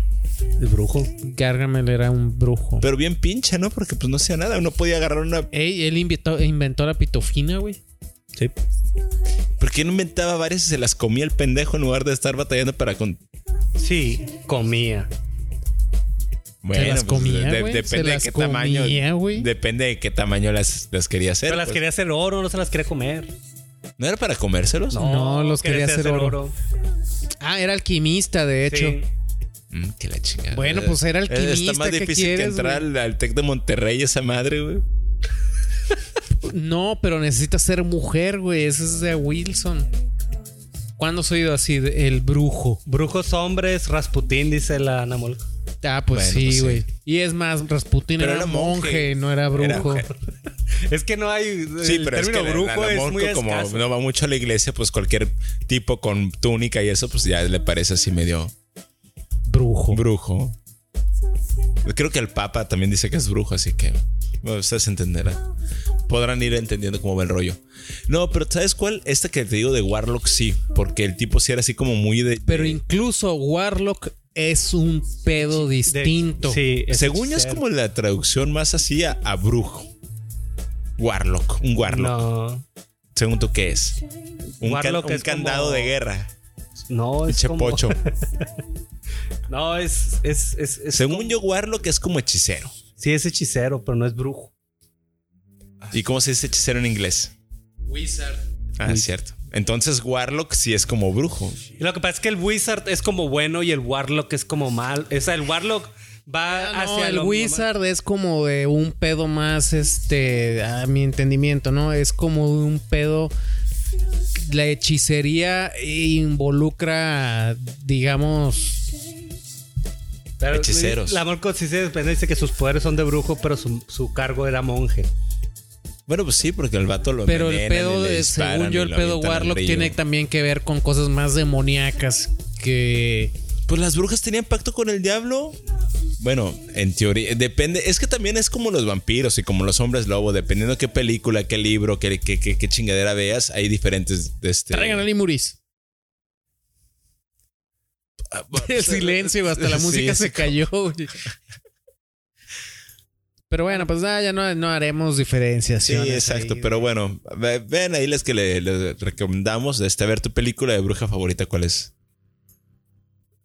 [SPEAKER 3] El brujo.
[SPEAKER 6] Gargamel era un brujo.
[SPEAKER 4] pero bien pincha, ¿no? Porque pues no hacía nada, uno podía agarrar una.
[SPEAKER 6] Ey, él invitó- inventó la pitofina, güey.
[SPEAKER 3] Sí.
[SPEAKER 4] Porque él inventaba varias y se las comía el pendejo en lugar de estar batallando para con.
[SPEAKER 3] Sí, comía.
[SPEAKER 4] Bueno, pues,
[SPEAKER 6] las comía,
[SPEAKER 4] de-
[SPEAKER 6] güey, se
[SPEAKER 4] depende
[SPEAKER 6] las
[SPEAKER 4] de qué tamaño.
[SPEAKER 6] comía, güey.
[SPEAKER 4] depende de qué tamaño las, las quería hacer.
[SPEAKER 3] Pero las
[SPEAKER 4] pues.
[SPEAKER 3] quería hacer oro, no se las quería comer.
[SPEAKER 4] ¿No era para comérselos?
[SPEAKER 6] No, los quería hacer oro. Ah, era alquimista, de hecho.
[SPEAKER 3] Sí.
[SPEAKER 4] Mm, que la chingada.
[SPEAKER 6] Bueno, pues era
[SPEAKER 4] Eh, Está
[SPEAKER 6] alquimista,
[SPEAKER 4] más
[SPEAKER 6] ¿qué
[SPEAKER 4] difícil
[SPEAKER 6] quieres,
[SPEAKER 4] que entrar al, al Tec de Monterrey esa madre, güey.
[SPEAKER 6] No, pero necesitas ser mujer, güey. Eso es de Wilson. ¿Cuándo has oído así? de- El brujo.
[SPEAKER 3] Brujos hombres, Rasputín, dice la Ana Mol.
[SPEAKER 6] Ah,
[SPEAKER 4] Bueno,
[SPEAKER 6] pues
[SPEAKER 4] pues
[SPEAKER 6] sí,
[SPEAKER 4] sí.
[SPEAKER 6] güey. Y es más, Rasputin
[SPEAKER 4] Pero
[SPEAKER 6] era,
[SPEAKER 4] era
[SPEAKER 6] monje,
[SPEAKER 4] monje.
[SPEAKER 6] no era brujo.
[SPEAKER 4] Era-
[SPEAKER 3] Es que no hay.
[SPEAKER 4] Sí,
[SPEAKER 3] el
[SPEAKER 4] pero es que
[SPEAKER 3] término
[SPEAKER 4] la-
[SPEAKER 3] brujo
[SPEAKER 4] la- la
[SPEAKER 3] es muy
[SPEAKER 4] morco, como
[SPEAKER 3] escaso.
[SPEAKER 4] no va mucho a la iglesia, pues cualquier tipo con túnica y eso, pues ya le parece así medio
[SPEAKER 6] brujo.
[SPEAKER 4] brujo. Creo que el Papa también dice que es brujo, así que bueno, ustedes entenderán. Podrán ir entendiendo cómo va el rollo. No, pero ¿sabes cuál? Esta que te digo de Warlock sí, porque el tipo sí era así como muy de...
[SPEAKER 6] Pero
[SPEAKER 4] de-
[SPEAKER 6] incluso Warlock es un pedo
[SPEAKER 3] De-
[SPEAKER 6] distinto.
[SPEAKER 3] Sí, es
[SPEAKER 4] según yo es
[SPEAKER 3] hechicero.
[SPEAKER 4] como la traducción más así a, a brujo. Warlock, un Warlock.
[SPEAKER 3] No,
[SPEAKER 4] Según tú, ¿qué es? Un, can-
[SPEAKER 3] Warlock
[SPEAKER 4] un
[SPEAKER 3] es como-
[SPEAKER 4] candado de guerra.
[SPEAKER 3] no es
[SPEAKER 4] Pinche
[SPEAKER 3] como-
[SPEAKER 4] pocho.
[SPEAKER 3] No, es, es, es, es
[SPEAKER 4] Según
[SPEAKER 3] como-
[SPEAKER 4] yo, Warlock es como hechicero.
[SPEAKER 3] Sí, es hechicero, pero no es brujo.
[SPEAKER 4] ¿Y cómo se dice hechicero en inglés? Wizard. Ah, es cierto. Entonces, Warlock sí es como brujo.
[SPEAKER 3] Y lo que pasa es que el wizard es como bueno y el warlock es como mal. O sea, el warlock Va
[SPEAKER 6] Ah, no,
[SPEAKER 3] hacia
[SPEAKER 6] el
[SPEAKER 3] lo-
[SPEAKER 6] Wizard es como de un pedo más, este, a mi entendimiento, ¿no? Es como de un pedo. La hechicería involucra, digamos,
[SPEAKER 3] Pero
[SPEAKER 4] Hechiceros.
[SPEAKER 3] La Morco sí se depende, dice que sus poderes son de brujo, pero su, su cargo era monje.
[SPEAKER 4] Bueno, pues sí, porque el vato lo
[SPEAKER 6] pero el
[SPEAKER 4] envenenan y
[SPEAKER 6] pedo,
[SPEAKER 4] le
[SPEAKER 6] de-
[SPEAKER 4] disparan
[SPEAKER 6] según yo,
[SPEAKER 4] y
[SPEAKER 6] el
[SPEAKER 4] lo
[SPEAKER 6] pedo
[SPEAKER 4] avientan al
[SPEAKER 6] Warlock
[SPEAKER 4] río.
[SPEAKER 6] tiene también que ver con cosas más demoníacas que
[SPEAKER 4] Pues las brujas tenían pacto con el diablo. Bueno, en teoría, depende. Es que también es como los vampiros y como los hombres lobo, dependiendo qué película, qué libro, qué, qué, qué- qué chingadera veas, hay diferentes. de Este,
[SPEAKER 6] traigan a Limuris.
[SPEAKER 4] Ah, pues,
[SPEAKER 6] El silencio, hasta la
[SPEAKER 4] sí,
[SPEAKER 6] música
[SPEAKER 4] es
[SPEAKER 6] se cayó. güey. Pero bueno, pues nada, ya no, no haremos diferencias.
[SPEAKER 4] Sí, exacto. Pero bueno, ve- vean ahí las que le, le recomendamos. Este, a ver, tu película de bruja favorita, ¿cuál es?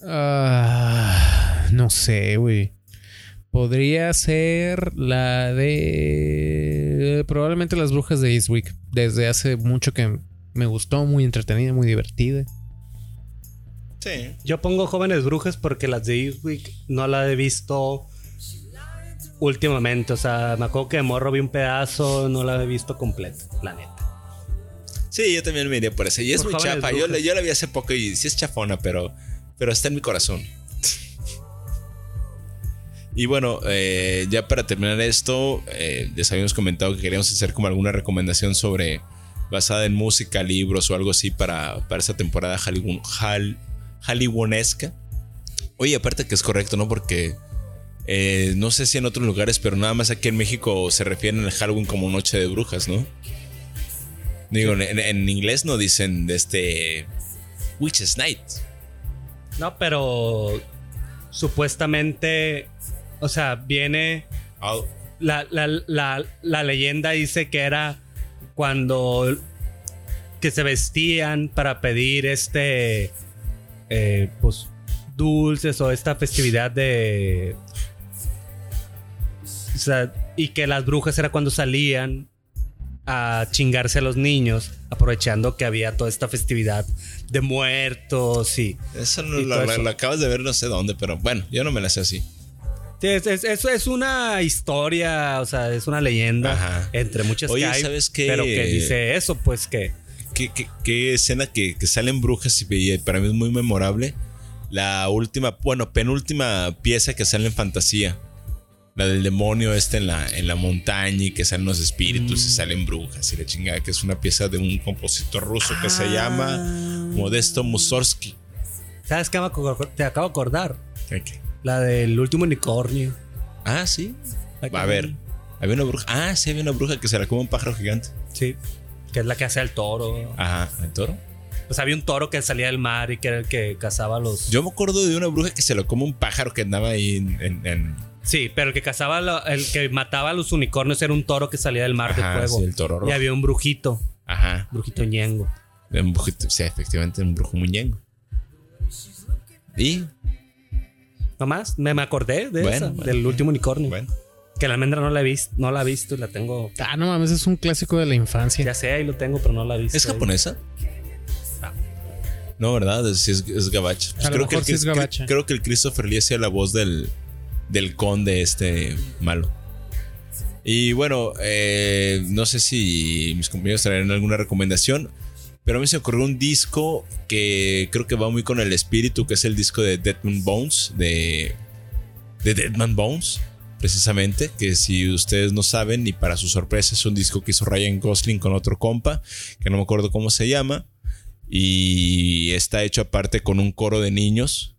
[SPEAKER 6] Ah, no sé, güey. Podría ser la de. Probablemente las brujas de Eastwick. Desde hace mucho que me gustó, muy entretenida, muy divertida.
[SPEAKER 4] Sí.
[SPEAKER 3] Yo pongo jóvenes brujas porque las de Eastwick no las he visto últimamente. O sea, me acuerdo que de morro vi un pedazo, no la he visto completa, la neta.
[SPEAKER 4] Sí, yo también me iría por esa. Y es
[SPEAKER 3] Por
[SPEAKER 4] muy
[SPEAKER 3] jóvenes
[SPEAKER 4] chapa. Yo, la-
[SPEAKER 3] brujas.
[SPEAKER 4] yo la vi hace poco y sí es chafona, pero, pero está en mi corazón. Y bueno, eh, ya para terminar esto, eh, les habíamos comentado que queríamos hacer como alguna recomendación sobre basada en música, libros o algo así para, para esta temporada Hollywood- Hal- hollywoonesca. Oye, aparte que es correcto, ¿no? Porque eh, no sé si en otros lugares, pero nada más aquí en México se refieren al Halloween como noche de brujas, ¿no? Digo, en, en inglés no dicen de este Witches Night.
[SPEAKER 3] No, pero supuestamente, o sea, viene
[SPEAKER 4] Al-
[SPEAKER 3] la, la- la- la leyenda dice que era cuando que se vestían para pedir este eh, pues dulces o esta festividad de o sea, y que las brujas era cuando salían a chingarse a los niños aprovechando que había toda esta festividad de muertos y
[SPEAKER 4] Eso no
[SPEAKER 3] Y
[SPEAKER 4] lo,
[SPEAKER 3] todo
[SPEAKER 4] lo-
[SPEAKER 3] eso.
[SPEAKER 4] lo acabas de ver no sé dónde, pero bueno, yo no me la sé así.
[SPEAKER 3] Sí, Es, es, es- es una historia, o sea, es una leyenda
[SPEAKER 4] Ajá.
[SPEAKER 3] entre muchas
[SPEAKER 4] Oye,
[SPEAKER 3] que hay,
[SPEAKER 4] ¿sabes qué?
[SPEAKER 3] Pero que dice eso, pues que
[SPEAKER 4] ¿Qué, qué- qué escena que, que salen brujas y- y para mí es muy memorable? La última, bueno, penúltima pieza que sale en fantasía. La del demonio este en la, en la montaña y que salen los
[SPEAKER 3] Mm.
[SPEAKER 4] espíritus y salen brujas y la chingada, que es una pieza de un compositor ruso que
[SPEAKER 3] Ah.
[SPEAKER 4] se llama Modesto Mussorgsky.
[SPEAKER 3] ¿sabes qué? me acor- Te acabo de acordar.
[SPEAKER 4] Ok.
[SPEAKER 3] La del último unicornio.
[SPEAKER 4] Ah, sí.
[SPEAKER 3] La que-
[SPEAKER 4] A ver. Había una bruja. Ah, sí, había una bruja que se la come un pájaro gigante.
[SPEAKER 3] Sí. Que es la que hace al toro.
[SPEAKER 4] Ajá, el toro.
[SPEAKER 3] Pues había un toro que salía del mar y que era el que cazaba a los.
[SPEAKER 4] Yo me acuerdo de una bruja que se la come un pájaro que andaba ahí en. en- en-
[SPEAKER 3] Sí, pero el que cazaba, lo- el que mataba a los unicornios era un toro que salía del mar
[SPEAKER 4] Ajá,
[SPEAKER 3] de fuego.
[SPEAKER 4] sí, el toro rojo.
[SPEAKER 3] Y había un brujito,
[SPEAKER 4] Ajá.
[SPEAKER 3] brujito ñengo.
[SPEAKER 4] Un brujo- sí, efectivamente, un brujo muñengo. Y,
[SPEAKER 3] Nomás, me, me acordé de
[SPEAKER 4] Bueno,
[SPEAKER 3] esa,
[SPEAKER 4] bueno.
[SPEAKER 3] del último unicornio.
[SPEAKER 4] bueno.
[SPEAKER 3] Que la almendra no la he visto, no la he visto y la tengo.
[SPEAKER 6] Ah, no mames, es un clásico de la infancia.
[SPEAKER 3] Ya sé, ahí lo tengo, pero no la he visto.
[SPEAKER 4] ¿Es japonesa? No, ¿verdad? Es, es, es gabacha. Pues
[SPEAKER 6] Ah. A lo mejor
[SPEAKER 4] el
[SPEAKER 6] sí
[SPEAKER 4] Chris-
[SPEAKER 6] es gabacha.
[SPEAKER 4] cre- Creo que el Christopher Lee hacía la voz del, del conde este malo. Y bueno, eh, no sé si mis compañeros traerán alguna recomendación, pero a mí se me ocurrió un disco que creo que va muy con el espíritu, que es el disco de Deadman Bones, de, de Deadman Bones, precisamente, que si ustedes no saben, y para su sorpresa es un disco que hizo Ryan Gosling con otro compa, que no me acuerdo cómo se llama, y está hecho aparte con un coro de niños.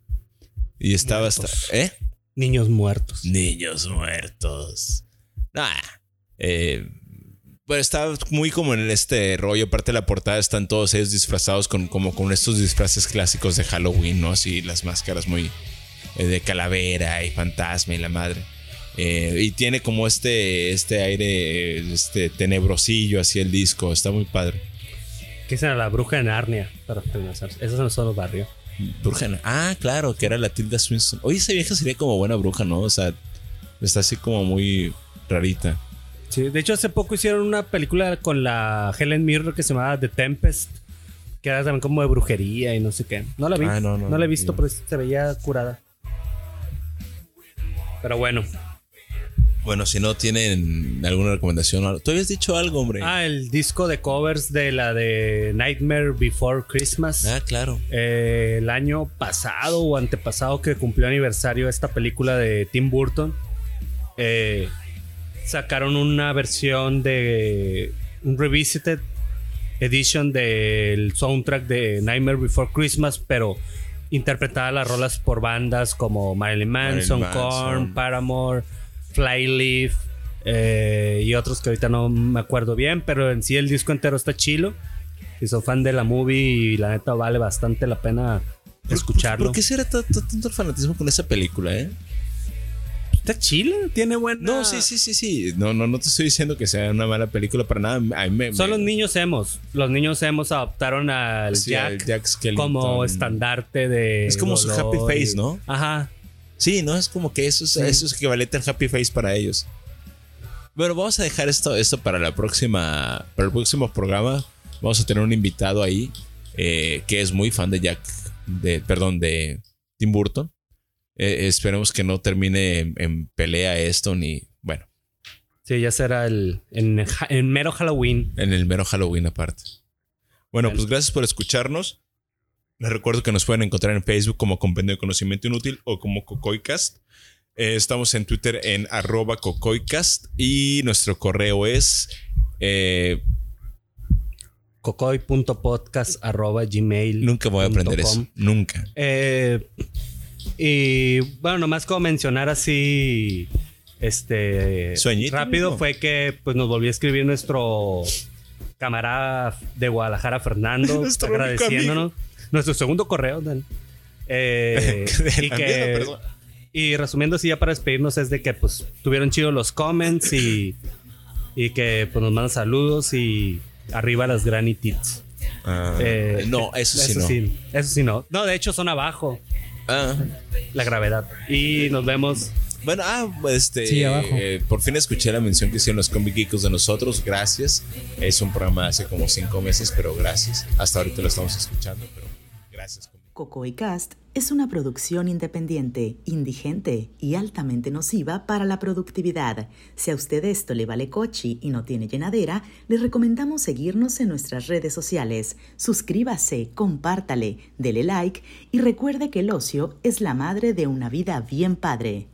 [SPEAKER 4] Y está bastante... ¿Eh?
[SPEAKER 3] Niños muertos.
[SPEAKER 4] Niños muertos. Nah. eh, pero está muy como en este rollo. Aparte de la portada están todos ellos disfrazados con como con estos disfraces clásicos de Halloween, ¿no? Así las máscaras muy eh, de calavera y fantasma y la madre. Eh, y tiene como este, este aire eh, este tenebrosillo así el disco. Está muy padre.
[SPEAKER 3] Que dicen a la bruja de Narnia para finalizar. Esos son solo barrio.
[SPEAKER 4] Bruja. na- Ah, claro, que era la Tilda Swinton. Oye, esa vieja sería como buena bruja, ¿no? O sea, está así como muy rarita.
[SPEAKER 3] Sí, de hecho, hace poco hicieron una película con la Helen Mirren que se llamaba The Tempest. Que era también como de brujería y no sé qué. No la vi.
[SPEAKER 4] Ah, no, no,
[SPEAKER 3] la
[SPEAKER 4] no,
[SPEAKER 3] he visto,
[SPEAKER 4] no.
[SPEAKER 3] pero se veía curada. Pero bueno.
[SPEAKER 4] Bueno, si no tienen alguna recomendación, o algo- tú habías dicho algo, hombre. Ah,
[SPEAKER 3] Ah, el disco de covers de la de Nightmare Before Christmas.
[SPEAKER 4] Ah, claro.
[SPEAKER 3] Eh, el año pasado o antepasado que cumplió aniversario esta película de Tim Burton, eh, sacaron una versión de un revisited edition del soundtrack de Nightmare Before Christmas, pero interpretada las rolas por bandas como Marilyn Manson,
[SPEAKER 4] Marilyn Manson.
[SPEAKER 3] Korn, Paramore, Flyleaf eh, y otros que ahorita no me acuerdo bien, pero en sí el disco entero está chilo. Si sos fan de la movie y la neta vale bastante la pena escucharlo.
[SPEAKER 4] Pues, ¿Por qué será ta- ta- tanto el fanatismo con esa película, eh?
[SPEAKER 3] está chila, tiene buena.
[SPEAKER 4] No, sí, sí, sí, sí. No, no, no te estoy diciendo que sea una mala película para nada. A mí me-
[SPEAKER 3] Son
[SPEAKER 4] me-
[SPEAKER 3] los niños hemos. Los niños hemos adoptaron al
[SPEAKER 4] Sí,
[SPEAKER 3] Jack,
[SPEAKER 4] al Jack Skellington.
[SPEAKER 3] como estandarte de.
[SPEAKER 4] Es como su
[SPEAKER 3] dolor
[SPEAKER 4] happy
[SPEAKER 3] y-
[SPEAKER 4] face, ¿no?
[SPEAKER 3] Ajá.
[SPEAKER 4] Sí, no es como que eso es, eso es equivalente al happy face para ellos. Bueno, vamos a dejar esto, esto para la próxima, para el próximo programa. Vamos a tener un invitado ahí eh, que es muy fan de Jack, de, perdón, de Tim Burton. Eh, esperemos que no termine en, en pelea esto ni, bueno,
[SPEAKER 3] Sí, ya será el en, ja- en mero Halloween.
[SPEAKER 4] en el mero Halloween aparte. Bueno, pues gracias por escucharnos. Les recuerdo que nos pueden encontrar en Facebook como Compendio de Conocimiento Inútil o como Cocoicast. Eh, estamos en Twitter en arroba Cocoicast y nuestro correo es... eh,
[SPEAKER 3] cocoy.podcast.gmail.
[SPEAKER 4] nunca voy a aprender eso. Nunca.
[SPEAKER 3] Eh, y bueno, nomás como mencionar así, este,
[SPEAKER 4] Sueñito
[SPEAKER 3] rápido
[SPEAKER 4] mismo.
[SPEAKER 3] fue que pues nos volvió a escribir nuestro camarada de Guadalajara, Fernando,
[SPEAKER 4] Nuestro único
[SPEAKER 3] agradeciéndonos. Nuestro segundo correo, Dan. Eh,
[SPEAKER 4] De
[SPEAKER 3] y
[SPEAKER 4] la
[SPEAKER 3] que-
[SPEAKER 4] misma persona.
[SPEAKER 3] y resumiendo así ya para despedirnos es de que pues tuvieron chido los comments y, y que pues nos mandan saludos y arriba las granny tits.
[SPEAKER 4] Ah,
[SPEAKER 3] Eh,
[SPEAKER 4] no, eso sí no.
[SPEAKER 3] Eso sí no. No, de hecho son abajo
[SPEAKER 4] Ah,
[SPEAKER 3] la gravedad. Y nos vemos.
[SPEAKER 4] bueno, ah, este...
[SPEAKER 6] Sí, abajo.
[SPEAKER 4] eh, por fin escuché la mención que hicieron los combiquicos de nosotros. Gracias. Es un programa hace como cinco meses, pero gracias. Hasta ahorita lo estamos escuchando, pero gracias. Combi.
[SPEAKER 7] Cocoy Cast es una producción independiente, indigente y altamente nociva para la productividad. Si a usted esto le vale cochi y no tiene llenadera, le recomendamos seguirnos en nuestras redes sociales. Suscríbase, compártale, dele like y recuerde que el ocio es la madre de una vida bien padre.